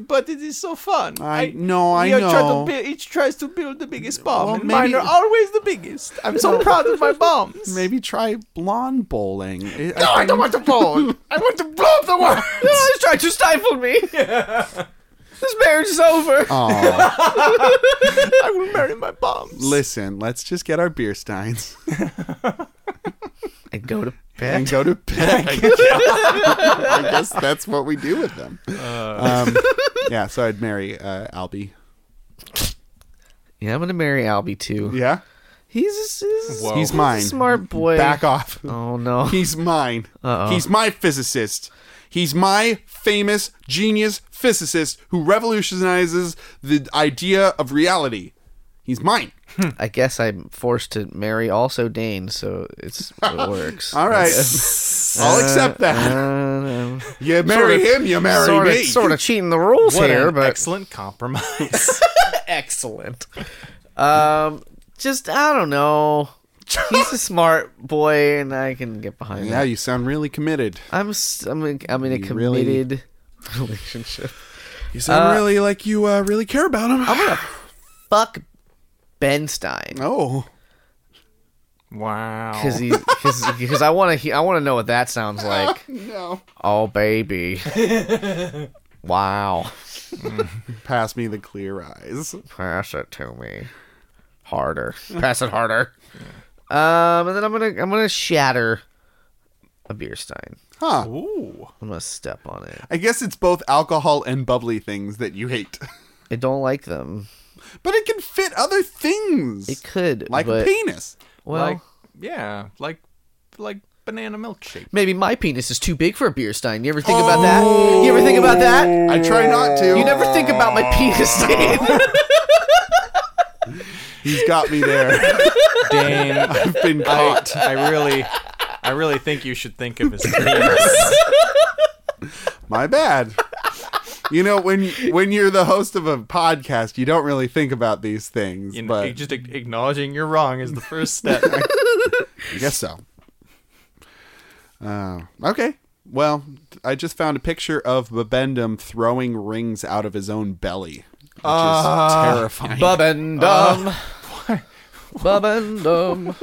[SPEAKER 1] but it is so fun.
[SPEAKER 3] I- no, I
[SPEAKER 1] we are trying
[SPEAKER 3] know.
[SPEAKER 1] To build, each tries to build the biggest bomb,
[SPEAKER 3] Well,
[SPEAKER 1] and
[SPEAKER 3] Oh, maybe-
[SPEAKER 1] mine are always the biggest. I'm so proud of my bombs.
[SPEAKER 3] Maybe try blonde bowling.
[SPEAKER 2] No, I don't want to blow. I want to blow up the world. No, he's trying to stifle me. this marriage is over.
[SPEAKER 3] Oh,
[SPEAKER 1] I will marry my bombs.
[SPEAKER 3] listen. Let's just get our beer steins.
[SPEAKER 2] and go to
[SPEAKER 3] and
[SPEAKER 2] bed.
[SPEAKER 3] go to bed. I guess that's what we do with them. Um, yeah, so I'd marry uh, Albie.
[SPEAKER 2] Yeah, I'm gonna marry Albie too.
[SPEAKER 3] Yeah,
[SPEAKER 2] He's, he's,
[SPEAKER 1] Whoa.
[SPEAKER 3] he's
[SPEAKER 1] He's a
[SPEAKER 3] mine.
[SPEAKER 2] smart boy.
[SPEAKER 3] Back off.
[SPEAKER 2] Oh no.
[SPEAKER 3] He's mine.
[SPEAKER 2] Uh-oh.
[SPEAKER 3] He's my physicist. He's my famous genius physicist who revolutionizes the idea of reality. He's mine.
[SPEAKER 2] I guess I'm forced to marry also Dane, so it's it works.
[SPEAKER 3] All right. I'll accept that.
[SPEAKER 2] Uh,
[SPEAKER 3] You marry him, you marry
[SPEAKER 2] sort
[SPEAKER 3] me.
[SPEAKER 2] of, sort of cheating the rules
[SPEAKER 1] What
[SPEAKER 2] here,
[SPEAKER 1] an
[SPEAKER 2] but
[SPEAKER 1] excellent compromise.
[SPEAKER 2] excellent. Um, just I don't know. He's a smart boy, and I can get behind
[SPEAKER 3] Yeah,
[SPEAKER 2] that.
[SPEAKER 3] you sound really committed.
[SPEAKER 2] I'm s- I'm in, I'm in a
[SPEAKER 3] You really-
[SPEAKER 2] committed relationship.
[SPEAKER 3] You sound
[SPEAKER 2] Uh,
[SPEAKER 3] really like you uh, really care about him.
[SPEAKER 2] Fuck Ben Stein
[SPEAKER 3] oh.
[SPEAKER 1] wow.
[SPEAKER 2] because he because I want to I want to know what that sounds like.
[SPEAKER 3] No.
[SPEAKER 2] Oh baby, wow,
[SPEAKER 3] Pass me the clear eyes.
[SPEAKER 2] pass it to me harder. Pass it harder. Um, and then I'm gonna I'm gonna shatter a beer stein.
[SPEAKER 3] Huh.
[SPEAKER 1] Ooh.
[SPEAKER 2] I'm gonna step on it.
[SPEAKER 3] I guess it's both alcohol and bubbly things that you hate.
[SPEAKER 2] I don't like them.
[SPEAKER 3] But it can fit other things.
[SPEAKER 2] It could
[SPEAKER 3] like
[SPEAKER 2] but,
[SPEAKER 3] a penis.
[SPEAKER 2] Well,
[SPEAKER 1] like yeah, like like banana milkshake.
[SPEAKER 2] maybe my penis is too big for a beer stein. You ever think about that? You ever think about that?
[SPEAKER 3] I try not to.
[SPEAKER 2] You never think about my penis, Dane.
[SPEAKER 3] He's got me there.
[SPEAKER 1] Dane,
[SPEAKER 3] I've been
[SPEAKER 1] I,
[SPEAKER 3] caught.
[SPEAKER 1] I really I really think you should think of his penis.
[SPEAKER 3] My bad. You know when when you're the host of a podcast, you don't really think about these things.
[SPEAKER 1] You know,
[SPEAKER 3] but
[SPEAKER 1] just ac- acknowledging you're wrong is the first step.
[SPEAKER 3] I guess so. Uh, okay. Well, I just found a picture of Babendum throwing rings out of his own belly, which
[SPEAKER 1] Uh,
[SPEAKER 3] is terrifying.
[SPEAKER 2] Bubbin dum. Bubbin dum.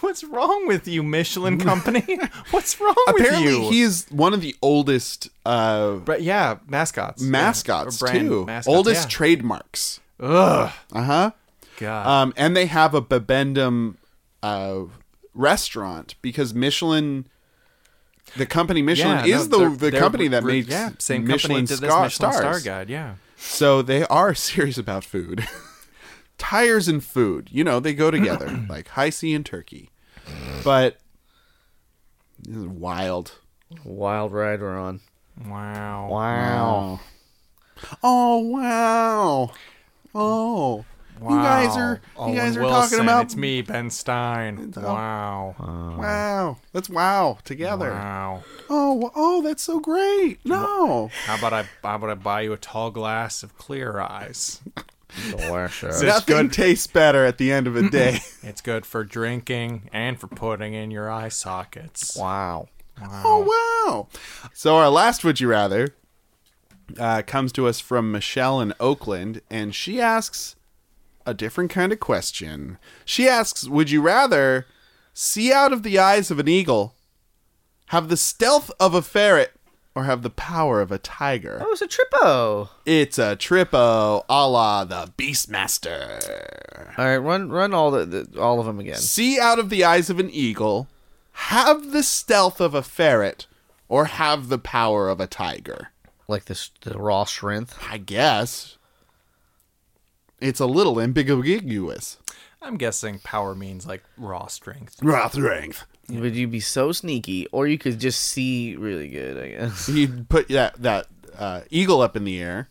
[SPEAKER 1] What's wrong with you, Michelin Company? What's wrong
[SPEAKER 3] Apparently,
[SPEAKER 1] with you?
[SPEAKER 3] he's one of the oldest uh,
[SPEAKER 1] Bra- yeah, mascots. Yeah.
[SPEAKER 3] mascots
[SPEAKER 1] Or brand
[SPEAKER 3] too.
[SPEAKER 1] mascots,
[SPEAKER 3] oldest
[SPEAKER 1] yeah.
[SPEAKER 3] trademarks.
[SPEAKER 1] Ugh.
[SPEAKER 3] Uh huh.
[SPEAKER 1] God.
[SPEAKER 3] Um, and they have a Babendum uh, restaurant because Michelin, the company Michelin,
[SPEAKER 1] Yeah,
[SPEAKER 3] is
[SPEAKER 1] no,
[SPEAKER 3] the
[SPEAKER 1] they're-
[SPEAKER 3] the
[SPEAKER 1] they're
[SPEAKER 3] company that
[SPEAKER 1] re-
[SPEAKER 3] makes
[SPEAKER 1] yeah, same company
[SPEAKER 3] Michelin,
[SPEAKER 1] did this
[SPEAKER 3] scar-
[SPEAKER 1] Michelin Star
[SPEAKER 3] stars.
[SPEAKER 1] Guide. Yeah.
[SPEAKER 3] So they are serious about food. Tires and food, you know, they go together like high sea E and turkey. But this is wild.
[SPEAKER 2] Wild ride we're on.
[SPEAKER 1] Wow.
[SPEAKER 2] Wow.
[SPEAKER 3] Oh wow. Oh. You guys are
[SPEAKER 1] Owen
[SPEAKER 3] you guys are
[SPEAKER 1] Wilson,
[SPEAKER 3] talking about
[SPEAKER 1] It's me, Ben Stein. Wow.
[SPEAKER 3] wow. That's wow together.
[SPEAKER 1] Wow.
[SPEAKER 3] Oh, oh, that's so great. No.
[SPEAKER 1] How about I? How about I buy you a tall glass of clear eyes?
[SPEAKER 2] Mm, Delicious.
[SPEAKER 3] Nothing tastes better at the end of a day.
[SPEAKER 1] It's good for drinking and for putting in your eye sockets.
[SPEAKER 2] Wow.
[SPEAKER 3] Oh wow! So our last would you rather uh, comes to us from Michelle in Oakland, and she asks a different kind of question. She asks, "Would you rather see out of the eyes of an eagle, have the stealth of a ferret, or have the power of a tiger?"
[SPEAKER 2] That was Oh, a tripo.
[SPEAKER 3] It's a tripo, a la the Beastmaster.
[SPEAKER 2] All right, run run all the, the all of them again.
[SPEAKER 3] See out of the eyes of an eagle, have the stealth of a ferret, or have the power of a tiger.
[SPEAKER 2] Like this the raw strength.
[SPEAKER 3] I guess. It's a little ambiguous.
[SPEAKER 1] I'm guessing power means like raw strength.
[SPEAKER 3] Raw strength.
[SPEAKER 2] Would you be so sneaky or you could just see really good, I guess.
[SPEAKER 3] You'd put that that uh, eagle up in the air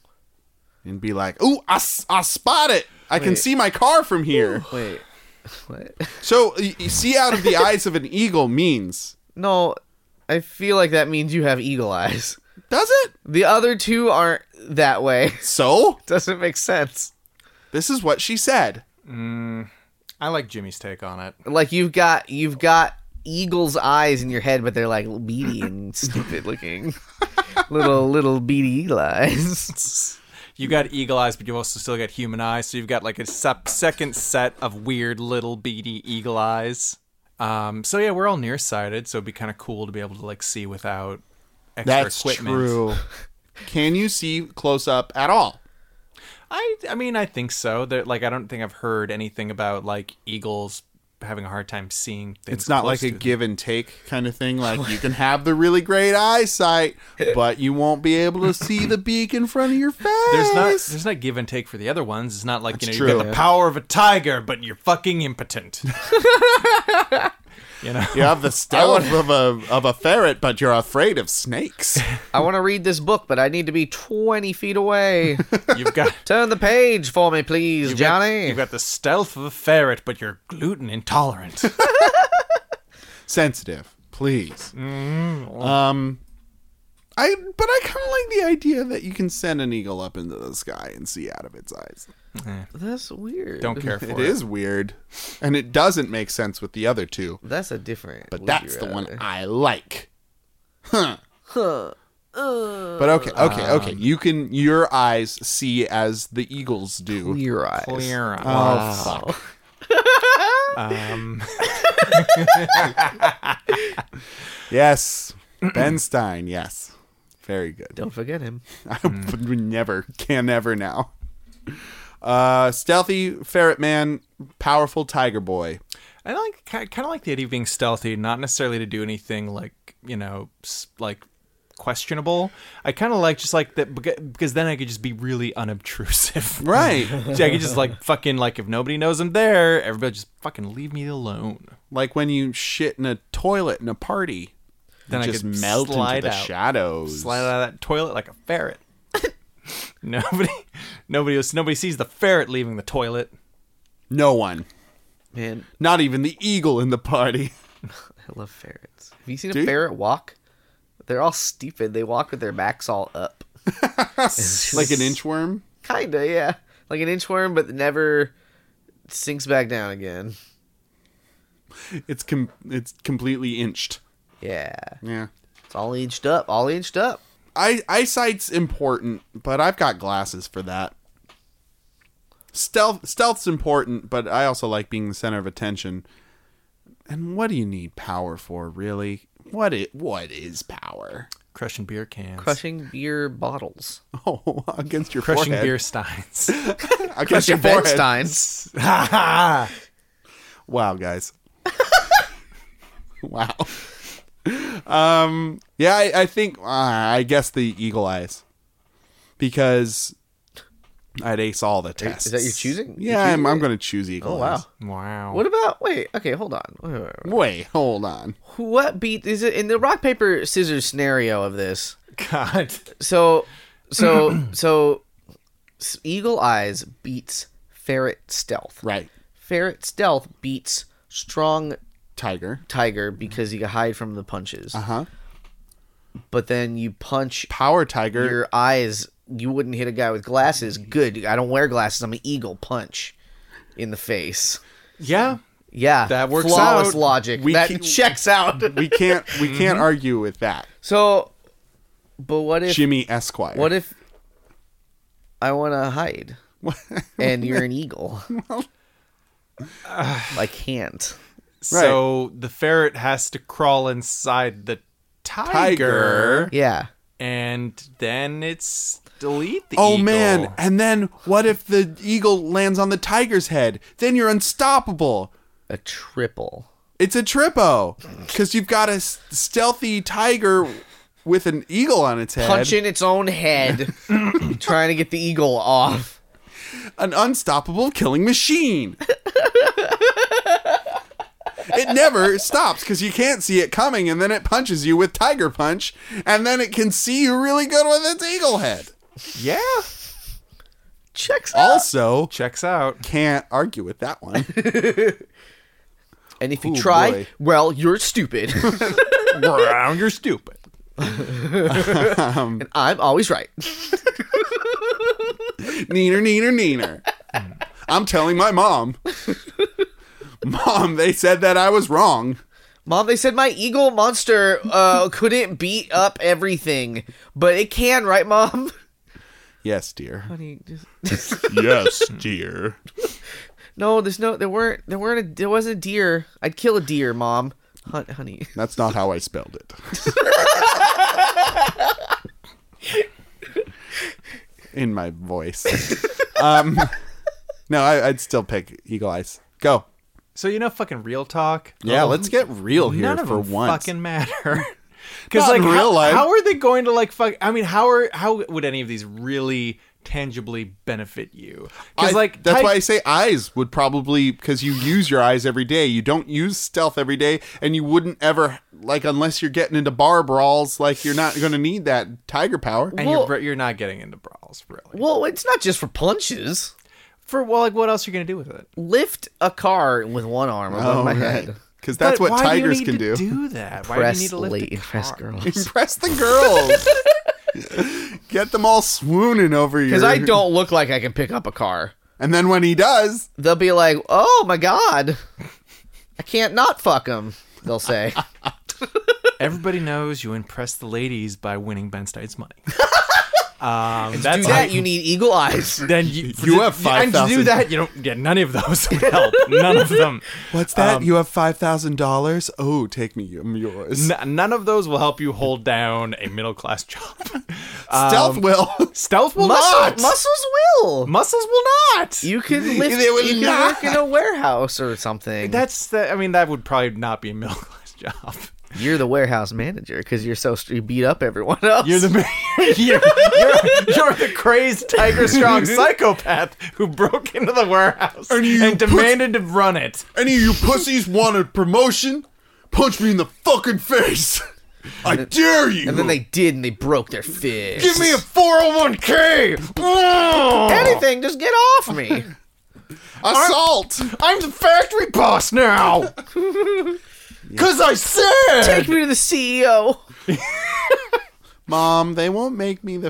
[SPEAKER 3] and be like, "Ooh, I, s- I spot it! I can
[SPEAKER 2] Wait.
[SPEAKER 3] see my car from here."
[SPEAKER 2] Wait. What?
[SPEAKER 3] So y- you see out of the eyes of an eagle means
[SPEAKER 2] No, I feel like that means you have eagle eyes.
[SPEAKER 3] does it?
[SPEAKER 2] The other two aren't that way.
[SPEAKER 3] So
[SPEAKER 2] Doesn't make sense.
[SPEAKER 3] this is what she said.
[SPEAKER 1] I like Jimmy's take on it.
[SPEAKER 2] Like you've got you've got eagle's eyes in your head, but they're like beady and stupid looking. little little beady eagle eyes.
[SPEAKER 1] You got eagle eyes, but you also still got human eyes. So you've got like a sep- second set of weird little beady eagle eyes. Um, so yeah, we're all nearsighted, so it'd be kind of cool to be able to like see without extra
[SPEAKER 3] That's
[SPEAKER 1] equipment.
[SPEAKER 3] true. Can you see close up at all?
[SPEAKER 1] I I mean I think so. That like I don't think I've heard anything about like eagles having a hard time seeing things.
[SPEAKER 3] It's not
[SPEAKER 1] close
[SPEAKER 3] like a
[SPEAKER 1] to them.
[SPEAKER 3] give and take kind of thing. Like you can have the really great eyesight, but you won't be able to see the beak in front of your face.
[SPEAKER 1] There's not there's not give and take for the other ones. It's not like you know
[SPEAKER 3] That's
[SPEAKER 1] you
[SPEAKER 3] true.
[SPEAKER 1] got the
[SPEAKER 3] Yeah.
[SPEAKER 1] power of a tiger, but you're fucking impotent. you know.
[SPEAKER 3] You have the stealth of a of a ferret, but you're afraid of snakes.
[SPEAKER 2] I want to read this book, but I need to be 20 feet away.
[SPEAKER 1] You've got
[SPEAKER 2] Turn the page for me, please,
[SPEAKER 1] you've got-
[SPEAKER 2] Johnny.
[SPEAKER 1] you've got the stealth of a ferret, but you're gluten intolerant.
[SPEAKER 3] Sensitive, please.
[SPEAKER 1] Mm-hmm.
[SPEAKER 3] Um, I but I kind of like the idea that you can send an eagle up into the sky and see out of its eyes.
[SPEAKER 2] That's weird.
[SPEAKER 1] Don't care for
[SPEAKER 3] It is weird, and it doesn't make sense with the other two.
[SPEAKER 2] That's a different.
[SPEAKER 3] But
[SPEAKER 2] would
[SPEAKER 3] that's
[SPEAKER 2] you
[SPEAKER 3] the one
[SPEAKER 2] rather.
[SPEAKER 3] I like. Huh.
[SPEAKER 2] Huh.
[SPEAKER 3] But okay, okay, okay. You can your eyes see as the eagles do.
[SPEAKER 2] Clear eyes.
[SPEAKER 1] Clear
[SPEAKER 3] Oh
[SPEAKER 1] eyes.
[SPEAKER 3] fuck.
[SPEAKER 1] Um,
[SPEAKER 3] Yes. ben Stein, yes. Very good.
[SPEAKER 2] Don't forget him.
[SPEAKER 3] I would never can never now. Uh stealthy ferret man, powerful tiger boy.
[SPEAKER 1] I like kind of like the idea of being stealthy, not necessarily to do anything like you know s- like questionable. I kind of like just like that beca- because then I could just be really unobtrusive.
[SPEAKER 3] Right.
[SPEAKER 1] I could just like fucking like if nobody knows I'm there, everybody just fucking leave me alone.
[SPEAKER 3] like when you shit in a toilet in a party.
[SPEAKER 1] Then I
[SPEAKER 3] you just
[SPEAKER 1] could
[SPEAKER 3] melt into
[SPEAKER 1] slide
[SPEAKER 3] the
[SPEAKER 1] out.
[SPEAKER 3] shadows.
[SPEAKER 1] Slide out of that toilet like a ferret. nobody, nobody, else- nobody sees the ferret leaving the toilet.
[SPEAKER 3] No one.
[SPEAKER 2] Man,
[SPEAKER 3] Not even the eagle in the party.
[SPEAKER 2] I love ferrets. Have you seen
[SPEAKER 3] Do
[SPEAKER 2] a
[SPEAKER 3] you?
[SPEAKER 2] ferret walk? They're all stupid. They walk with their backs all up. It's
[SPEAKER 3] like an
[SPEAKER 2] just-
[SPEAKER 3] inchworm.
[SPEAKER 2] Kinda, yeah. Like an inchworm, but never sinks back down again.
[SPEAKER 3] It's com- it's completely inched.
[SPEAKER 2] Yeah.
[SPEAKER 3] Yeah.
[SPEAKER 2] It's all inched up. All inched up.
[SPEAKER 3] I eyesight's important, but I've got glasses for that. Stealth stealth's important, but I also like being the center of attention. And what do you need power for, really? What it what is power?
[SPEAKER 1] Crushing beer cans.
[SPEAKER 2] Crushing beer bottles.
[SPEAKER 3] Oh, against your
[SPEAKER 1] Crushing
[SPEAKER 3] forehead.
[SPEAKER 1] beer steins.
[SPEAKER 3] against
[SPEAKER 2] Crushing
[SPEAKER 3] your forehead.
[SPEAKER 2] Bensteins.
[SPEAKER 3] Wow, guys. wow. Um. Yeah, I, I think uh, I guess the eagle eyes, because I'd ace all the tests.
[SPEAKER 2] is that your choosing? You're
[SPEAKER 3] Yeah, I'm,
[SPEAKER 2] choosing
[SPEAKER 3] I'm
[SPEAKER 2] it?
[SPEAKER 3] going to choose
[SPEAKER 2] Oh,
[SPEAKER 3] eagle.
[SPEAKER 2] wow.
[SPEAKER 3] Eyes.
[SPEAKER 1] wow.
[SPEAKER 2] What about. Wait, okay, hold on. Wait, wait, wait.
[SPEAKER 3] Wait, hold on.
[SPEAKER 2] What beat is it in the rock paper scissors scenario of this?
[SPEAKER 1] God.
[SPEAKER 2] So, so, so, s- eagle eyes beats ferret stealth.
[SPEAKER 3] Right,
[SPEAKER 2] Ferret stealth beats strong
[SPEAKER 3] tiger.
[SPEAKER 2] tiger
[SPEAKER 1] Mm-hmm.
[SPEAKER 2] because you can hide from the punches.
[SPEAKER 1] Ah.
[SPEAKER 3] Uh huh.
[SPEAKER 2] But then you punch
[SPEAKER 3] Power tiger.
[SPEAKER 2] your eyes. You wouldn't hit a guy with glasses.
[SPEAKER 1] Mm-hmm.
[SPEAKER 2] Good. I don't wear glasses. I'm an eagle. Punch in the face.
[SPEAKER 1] Yeah.
[SPEAKER 2] Yeah,
[SPEAKER 1] That works
[SPEAKER 2] Flawless
[SPEAKER 1] out.
[SPEAKER 2] logic.
[SPEAKER 3] We
[SPEAKER 2] that
[SPEAKER 3] can-
[SPEAKER 2] checks out.
[SPEAKER 3] we can't. We can't argue with that.
[SPEAKER 2] so, but what if?
[SPEAKER 3] Jimmy Esquire.
[SPEAKER 2] What if I want to hide and you're an eagle? I can't.
[SPEAKER 1] So the ferret has to crawl inside the tiger,
[SPEAKER 3] tiger?
[SPEAKER 2] Yeah.
[SPEAKER 1] and then it's delete the
[SPEAKER 3] Oh
[SPEAKER 1] eagle.
[SPEAKER 3] man! And then what if the eagle lands on the tiger's head? Then you're unstoppable.
[SPEAKER 2] A triple.
[SPEAKER 3] It's a tripo because you've got a s- stealthy tiger with an eagle on its head,
[SPEAKER 2] Punching its own head, trying to get the eagle off.
[SPEAKER 3] an unstoppable killing machine. it never stops because you can't see it coming, and then it punches you with tiger punch, and then it can see you really good with its eagle head.
[SPEAKER 1] Yeah.
[SPEAKER 2] Checks out.
[SPEAKER 3] Also,
[SPEAKER 1] Checks out.
[SPEAKER 3] can't argue with that one.
[SPEAKER 2] and if
[SPEAKER 3] Ooh,
[SPEAKER 2] you try,
[SPEAKER 3] boy.
[SPEAKER 2] well, you're stupid.
[SPEAKER 1] Brown, you're stupid.
[SPEAKER 3] Um,
[SPEAKER 2] and I'm always right.
[SPEAKER 3] neener, neener, neener. I'm telling my mom. Mom, they said that I was wrong.
[SPEAKER 2] Mom, they said my eagle monster uh, couldn't beat up everything, but it can, right, Mom?
[SPEAKER 3] Yes, dear.
[SPEAKER 2] Honey, just
[SPEAKER 3] yes, dear.
[SPEAKER 2] No, there's no. There weren't. There weren't. A, there wasn't a deer. I'd kill a deer, mom. Hunt, honey.
[SPEAKER 3] That's not how I spelled it. In my voice. Um, no, I, I'd still pick Eagle Eyes. Go.
[SPEAKER 1] So you know, fucking real talk. Um,
[SPEAKER 3] Yeah, let's get real here
[SPEAKER 1] None of
[SPEAKER 3] for
[SPEAKER 1] them
[SPEAKER 3] once.
[SPEAKER 1] fucking matter. Because
[SPEAKER 3] Not
[SPEAKER 1] like,
[SPEAKER 3] in
[SPEAKER 1] how,
[SPEAKER 3] real life.
[SPEAKER 1] how are they going to like fuck? I mean, how are how would any of these really tangibly benefit you?
[SPEAKER 3] I-
[SPEAKER 1] Because like
[SPEAKER 3] that's
[SPEAKER 1] Ty-
[SPEAKER 3] why I say eyes would probably because you use your eyes every day. You don't use stealth every day, and you wouldn't ever like unless you're getting into bar brawls. Like you're not going to need that tiger power.
[SPEAKER 1] and
[SPEAKER 2] Well-
[SPEAKER 1] you're you're not getting into brawls really.
[SPEAKER 2] Well, it's not just for punches.
[SPEAKER 1] For well, like what else are you gonna do with it?
[SPEAKER 2] Lift a car with one arm
[SPEAKER 3] Oh,
[SPEAKER 2] above my head.
[SPEAKER 3] because that's
[SPEAKER 1] But
[SPEAKER 3] what
[SPEAKER 1] why do you
[SPEAKER 3] tigers
[SPEAKER 1] need
[SPEAKER 3] can
[SPEAKER 1] to
[SPEAKER 3] do.
[SPEAKER 1] Do that? Why do
[SPEAKER 2] Press
[SPEAKER 1] you need to lift a
[SPEAKER 2] lady, press
[SPEAKER 1] car?
[SPEAKER 2] girl.
[SPEAKER 3] Impress the girls. Get them all swooning over you.
[SPEAKER 2] Because I don't look like I can pick up a car.
[SPEAKER 3] And then when he does,
[SPEAKER 2] They'll be like, "Oh my god, I can't not fuck him." They'll say,
[SPEAKER 1] Everybody knows you impress the ladies by winning Ben Steins money. Um,
[SPEAKER 2] "Do
[SPEAKER 1] that's
[SPEAKER 2] that, you need eagle eyes."
[SPEAKER 1] then you,
[SPEAKER 3] You have
[SPEAKER 1] And to do
[SPEAKER 3] 5,000.
[SPEAKER 1] that, you don't. Yeah, none of those would help. None of them.
[SPEAKER 3] what's
[SPEAKER 2] Um,
[SPEAKER 3] that? you have five thousand dollars. Oh, take me. I'm yours.
[SPEAKER 1] N- none of those will help you hold down a middle class job.
[SPEAKER 2] um,
[SPEAKER 3] Stealth will.
[SPEAKER 1] Stealth will not.
[SPEAKER 2] Muscles, muscles will.
[SPEAKER 1] Muscles will not.
[SPEAKER 2] You can lift.
[SPEAKER 3] They
[SPEAKER 2] You
[SPEAKER 3] will
[SPEAKER 2] can
[SPEAKER 3] not.
[SPEAKER 2] work in a warehouse or something.
[SPEAKER 1] That's the. I mean, that would probably not be a middle class job.
[SPEAKER 2] you're the warehouse manager because you're so you beat up everyone else.
[SPEAKER 1] You're the you're, you're, you're the crazed tiger strong psychopath who broke into the warehouse
[SPEAKER 3] And you
[SPEAKER 1] and
[SPEAKER 3] put-
[SPEAKER 1] demanded to run it.
[SPEAKER 3] Any of you pussies want a promotion? Punch me in the fucking face. I dare you.
[SPEAKER 2] and then they did, and they broke their fist.
[SPEAKER 3] give me a 401k.
[SPEAKER 1] Mm.
[SPEAKER 2] anything. Just get off me.
[SPEAKER 3] Assault.
[SPEAKER 1] I'm the factory boss now. Cause I said
[SPEAKER 2] Take me to the E CEO.
[SPEAKER 3] Mom, they won't make me the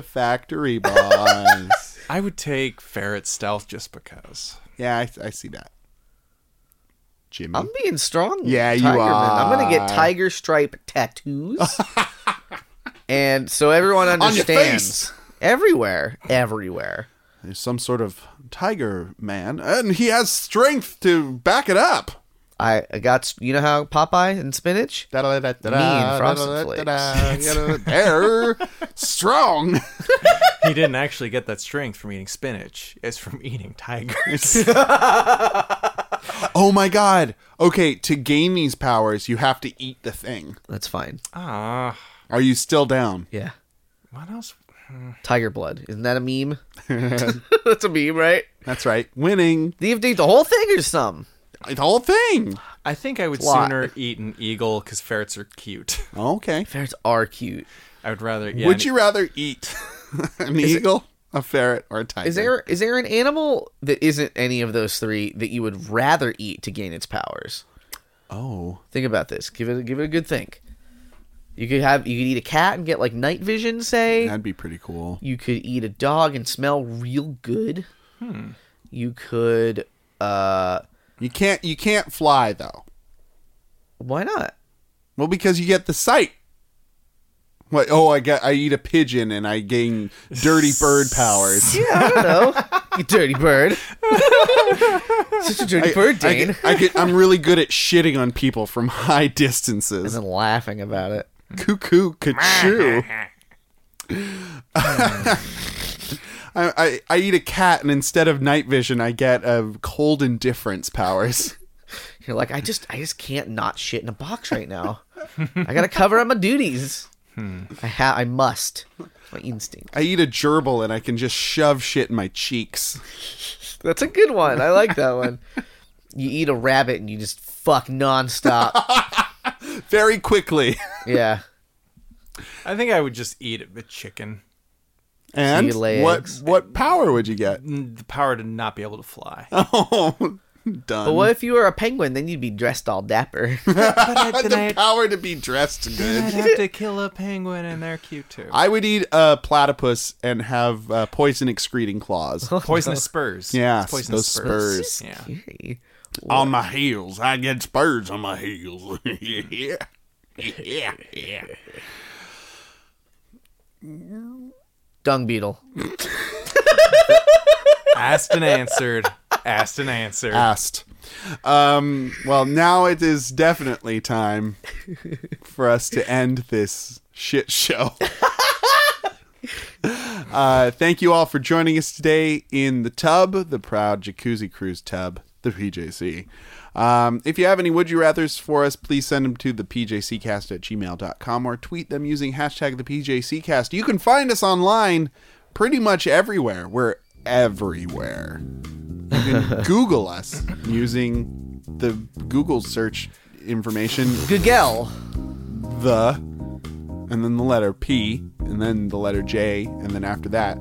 [SPEAKER 3] factory boss.
[SPEAKER 1] I would take ferret stealth just because.
[SPEAKER 3] yeah, I, I see that. Jimmy.
[SPEAKER 2] I'm being strong.
[SPEAKER 3] Yeah, you
[SPEAKER 2] Tigerman. I'm gonna
[SPEAKER 3] are.
[SPEAKER 2] get tiger stripe tattoos, and so everyone
[SPEAKER 3] your
[SPEAKER 2] understands.
[SPEAKER 3] face.
[SPEAKER 2] Everywhere, everywhere.
[SPEAKER 3] There's some sort of tiger man, and he has strength to back it up.
[SPEAKER 2] I, I got you know how Popeye and spinach.
[SPEAKER 3] Me and
[SPEAKER 2] Frosted Flakes.
[SPEAKER 3] They're strong.
[SPEAKER 1] He didn't actually get that strength from eating spinach. It's from eating tigers.
[SPEAKER 3] Oh my god. Okay, to gain these powers, you have to eat the thing.
[SPEAKER 2] That's fine.
[SPEAKER 1] Ah,
[SPEAKER 3] Are you still down?
[SPEAKER 2] Yeah,
[SPEAKER 1] what else?
[SPEAKER 2] tiger blood. Isn't that a meme? That's a meme, right?
[SPEAKER 3] That's right. Winning
[SPEAKER 2] Do you have to eat the whole thing or some?
[SPEAKER 3] the whole thing.
[SPEAKER 1] I think I would
[SPEAKER 2] Lot.
[SPEAKER 1] sooner eat an eagle because ferrets are cute.
[SPEAKER 3] Okay.
[SPEAKER 2] Ferrets are cute.
[SPEAKER 1] I would rather. Yeah,
[SPEAKER 3] Would
[SPEAKER 1] an-
[SPEAKER 3] you rather eat an eagle, a ferret, or a tiger?
[SPEAKER 2] Is there is there an animal that isn't any of those three that you would rather eat to gain its powers?
[SPEAKER 3] Oh.
[SPEAKER 2] Think about this. Give it give it a good think. You could have you could eat a cat and get like night vision, say.
[SPEAKER 3] That'd be pretty cool.
[SPEAKER 2] You could eat a dog and smell real good.
[SPEAKER 3] Hmm.
[SPEAKER 2] You could uh
[SPEAKER 3] You can't you can't fly though.
[SPEAKER 2] why not?
[SPEAKER 3] Well, because you get the sight. What? Oh, I get. I eat a pigeon and I gain dirty bird powers.
[SPEAKER 2] Yeah, I don't know. you dirty bird. Such a dirty bird,
[SPEAKER 3] I,
[SPEAKER 2] Dane.
[SPEAKER 3] get- I get, I'm really good at shitting on people from high
[SPEAKER 2] and
[SPEAKER 3] distances.
[SPEAKER 2] then laughing about it.
[SPEAKER 3] Cuckoo, cachoo. I, I, I eat a cat and instead of night vision, I get a cold indifference powers.
[SPEAKER 2] You're like, I just I just can't not shit in a box right now. I gotta cover up my duties.
[SPEAKER 3] Hmm.
[SPEAKER 2] I ha I must. My instinct.
[SPEAKER 3] I eat a gerbil and I can just shove shit in my cheeks.
[SPEAKER 2] That's a good one. I like that one. You eat a rabbit and you just fuck nonstop.
[SPEAKER 3] Very quickly.
[SPEAKER 2] yeah.
[SPEAKER 1] I think I would just eat a chicken.
[SPEAKER 3] And
[SPEAKER 2] you lay
[SPEAKER 3] what
[SPEAKER 2] eggs.
[SPEAKER 3] what power would you get?
[SPEAKER 1] Mm, The power to not be able to fly.
[SPEAKER 3] Oh, done.
[SPEAKER 2] But what if you were a penguin? Then you'd be dressed all dapper.
[SPEAKER 1] but I, then
[SPEAKER 3] the
[SPEAKER 1] I'd,
[SPEAKER 3] power to be dressed
[SPEAKER 1] I'd
[SPEAKER 3] good.
[SPEAKER 1] have to kill a penguin, and they're cute too.
[SPEAKER 3] I would eat a platypus and have uh, poison excreting claws.
[SPEAKER 1] Poisonous spurs.
[SPEAKER 3] Yeah,
[SPEAKER 1] It's poisonous
[SPEAKER 3] those spurs.
[SPEAKER 1] Yeah.
[SPEAKER 2] Okay.
[SPEAKER 3] on my heels. I get spurs on my heels. yeah. Yeah. Yeah.
[SPEAKER 2] Dung beetle.
[SPEAKER 1] Asked and answered. Asked and answered.
[SPEAKER 3] Asked. Um, well, now it is definitely time for us to end this shit show. Uh, thank you all for joining us today in the tub, the proud Jacuzzi Cruise tub. the PJC. Um, if you have any would you rathers for us, please send them to the PJCcast at gmail.com or tweet them using hashtag the PJCcast. You can find us online pretty much everywhere. We're everywhere. You can Google us using the Google search information,
[SPEAKER 2] Gugel.
[SPEAKER 3] the, and then the letter P, and then the letter J, and then after that,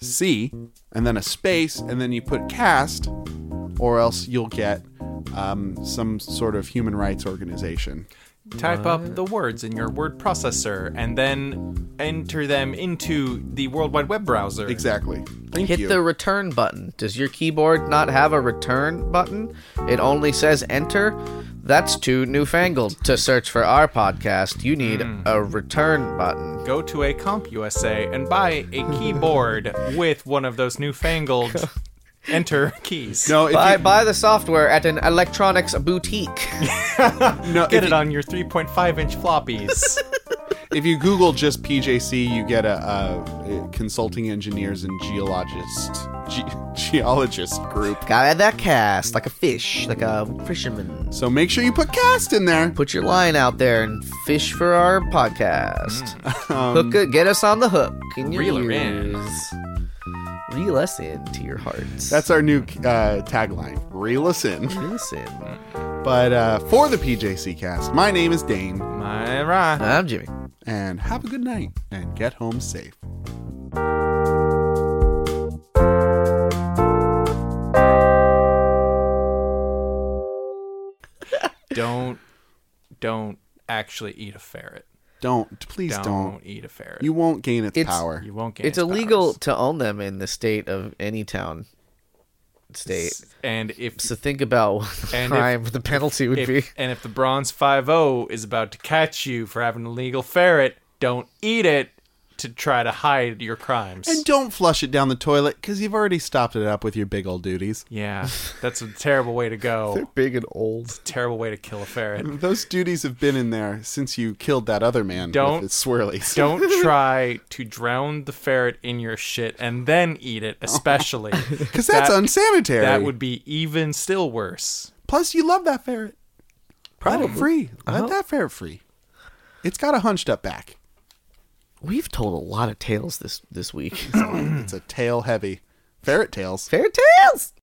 [SPEAKER 3] C, and then a space, and then you put cast, or else you'll get um, some sort of human rights organization.
[SPEAKER 1] Type up the words in your word processor and then enter them into the World Wide Web browser.
[SPEAKER 3] Exactly. Thank
[SPEAKER 2] Hit
[SPEAKER 3] you.
[SPEAKER 2] the return button. Does your keyboard not have a return button? It only says enter. That's too newfangled. To search for our podcast, you need
[SPEAKER 3] Hmm.
[SPEAKER 2] a return button.
[SPEAKER 1] Go to a Comp USA and buy a keyboard with one of those newfangled enter keys.
[SPEAKER 3] no, if
[SPEAKER 2] Buy,
[SPEAKER 3] you,
[SPEAKER 2] buy the software at an electronics boutique.
[SPEAKER 3] no, if
[SPEAKER 1] Get it
[SPEAKER 3] you-
[SPEAKER 1] on your 3.5 inch floppies.
[SPEAKER 3] if you Google just PJC, you get a, a, a consulting engineers and geologists ge- geologist group.
[SPEAKER 2] Gotta have that cast, like a fish, like a fisherman.
[SPEAKER 3] So make sure you put cast in there.
[SPEAKER 2] Put your line out there and fish for our podcast. hook it, get us on the hook. In your
[SPEAKER 1] Mm. Um, Reel her in.
[SPEAKER 2] ears. Reel us in to your hearts.
[SPEAKER 3] That's our new uh, tagline. Reel us in.
[SPEAKER 2] Reel us in.
[SPEAKER 1] Mm.
[SPEAKER 3] But uh, for the PJC cast, my name is Dane,
[SPEAKER 1] My right.
[SPEAKER 2] I'm Jimmy.
[SPEAKER 3] and have a good night and get home safe.
[SPEAKER 1] Don't, don't actually eat a ferret.
[SPEAKER 3] Don't, please
[SPEAKER 1] Don't,
[SPEAKER 3] don't.
[SPEAKER 1] eat a ferret.
[SPEAKER 3] You won't gain its,
[SPEAKER 2] It's-
[SPEAKER 3] power.
[SPEAKER 1] You won't get
[SPEAKER 2] It's illegal to own them in the state of any town. State.
[SPEAKER 1] And if
[SPEAKER 2] So think about what the
[SPEAKER 1] And if-
[SPEAKER 2] crime, the penalty would be.
[SPEAKER 1] if, and if the bronze 5-0 is about to catch you for having an illegal ferret don't eat it to try to hide your crimes
[SPEAKER 3] And don't flush it down the toilet because you've already stopped it up with your big old duties.
[SPEAKER 1] yeah that's a terrible way to go
[SPEAKER 2] Big and old.
[SPEAKER 1] terrible way to kill a ferret
[SPEAKER 3] Those duties have been in there since you killed that other man
[SPEAKER 1] Don't-
[SPEAKER 3] with his swirlies.
[SPEAKER 1] don't try to drown the ferret in your shit and then eat it especially
[SPEAKER 3] Because that's
[SPEAKER 1] That-
[SPEAKER 3] unsanitary.
[SPEAKER 1] that would be even still worse
[SPEAKER 3] Plus, you love that ferret.
[SPEAKER 1] Oh.
[SPEAKER 3] Let it free.
[SPEAKER 1] Uh-huh.
[SPEAKER 3] Let that ferret free. It's got a hunched up back.
[SPEAKER 2] We've told a lot of tales this this week.
[SPEAKER 3] It's a tail heavy. Ferret tails.
[SPEAKER 2] Fair tales.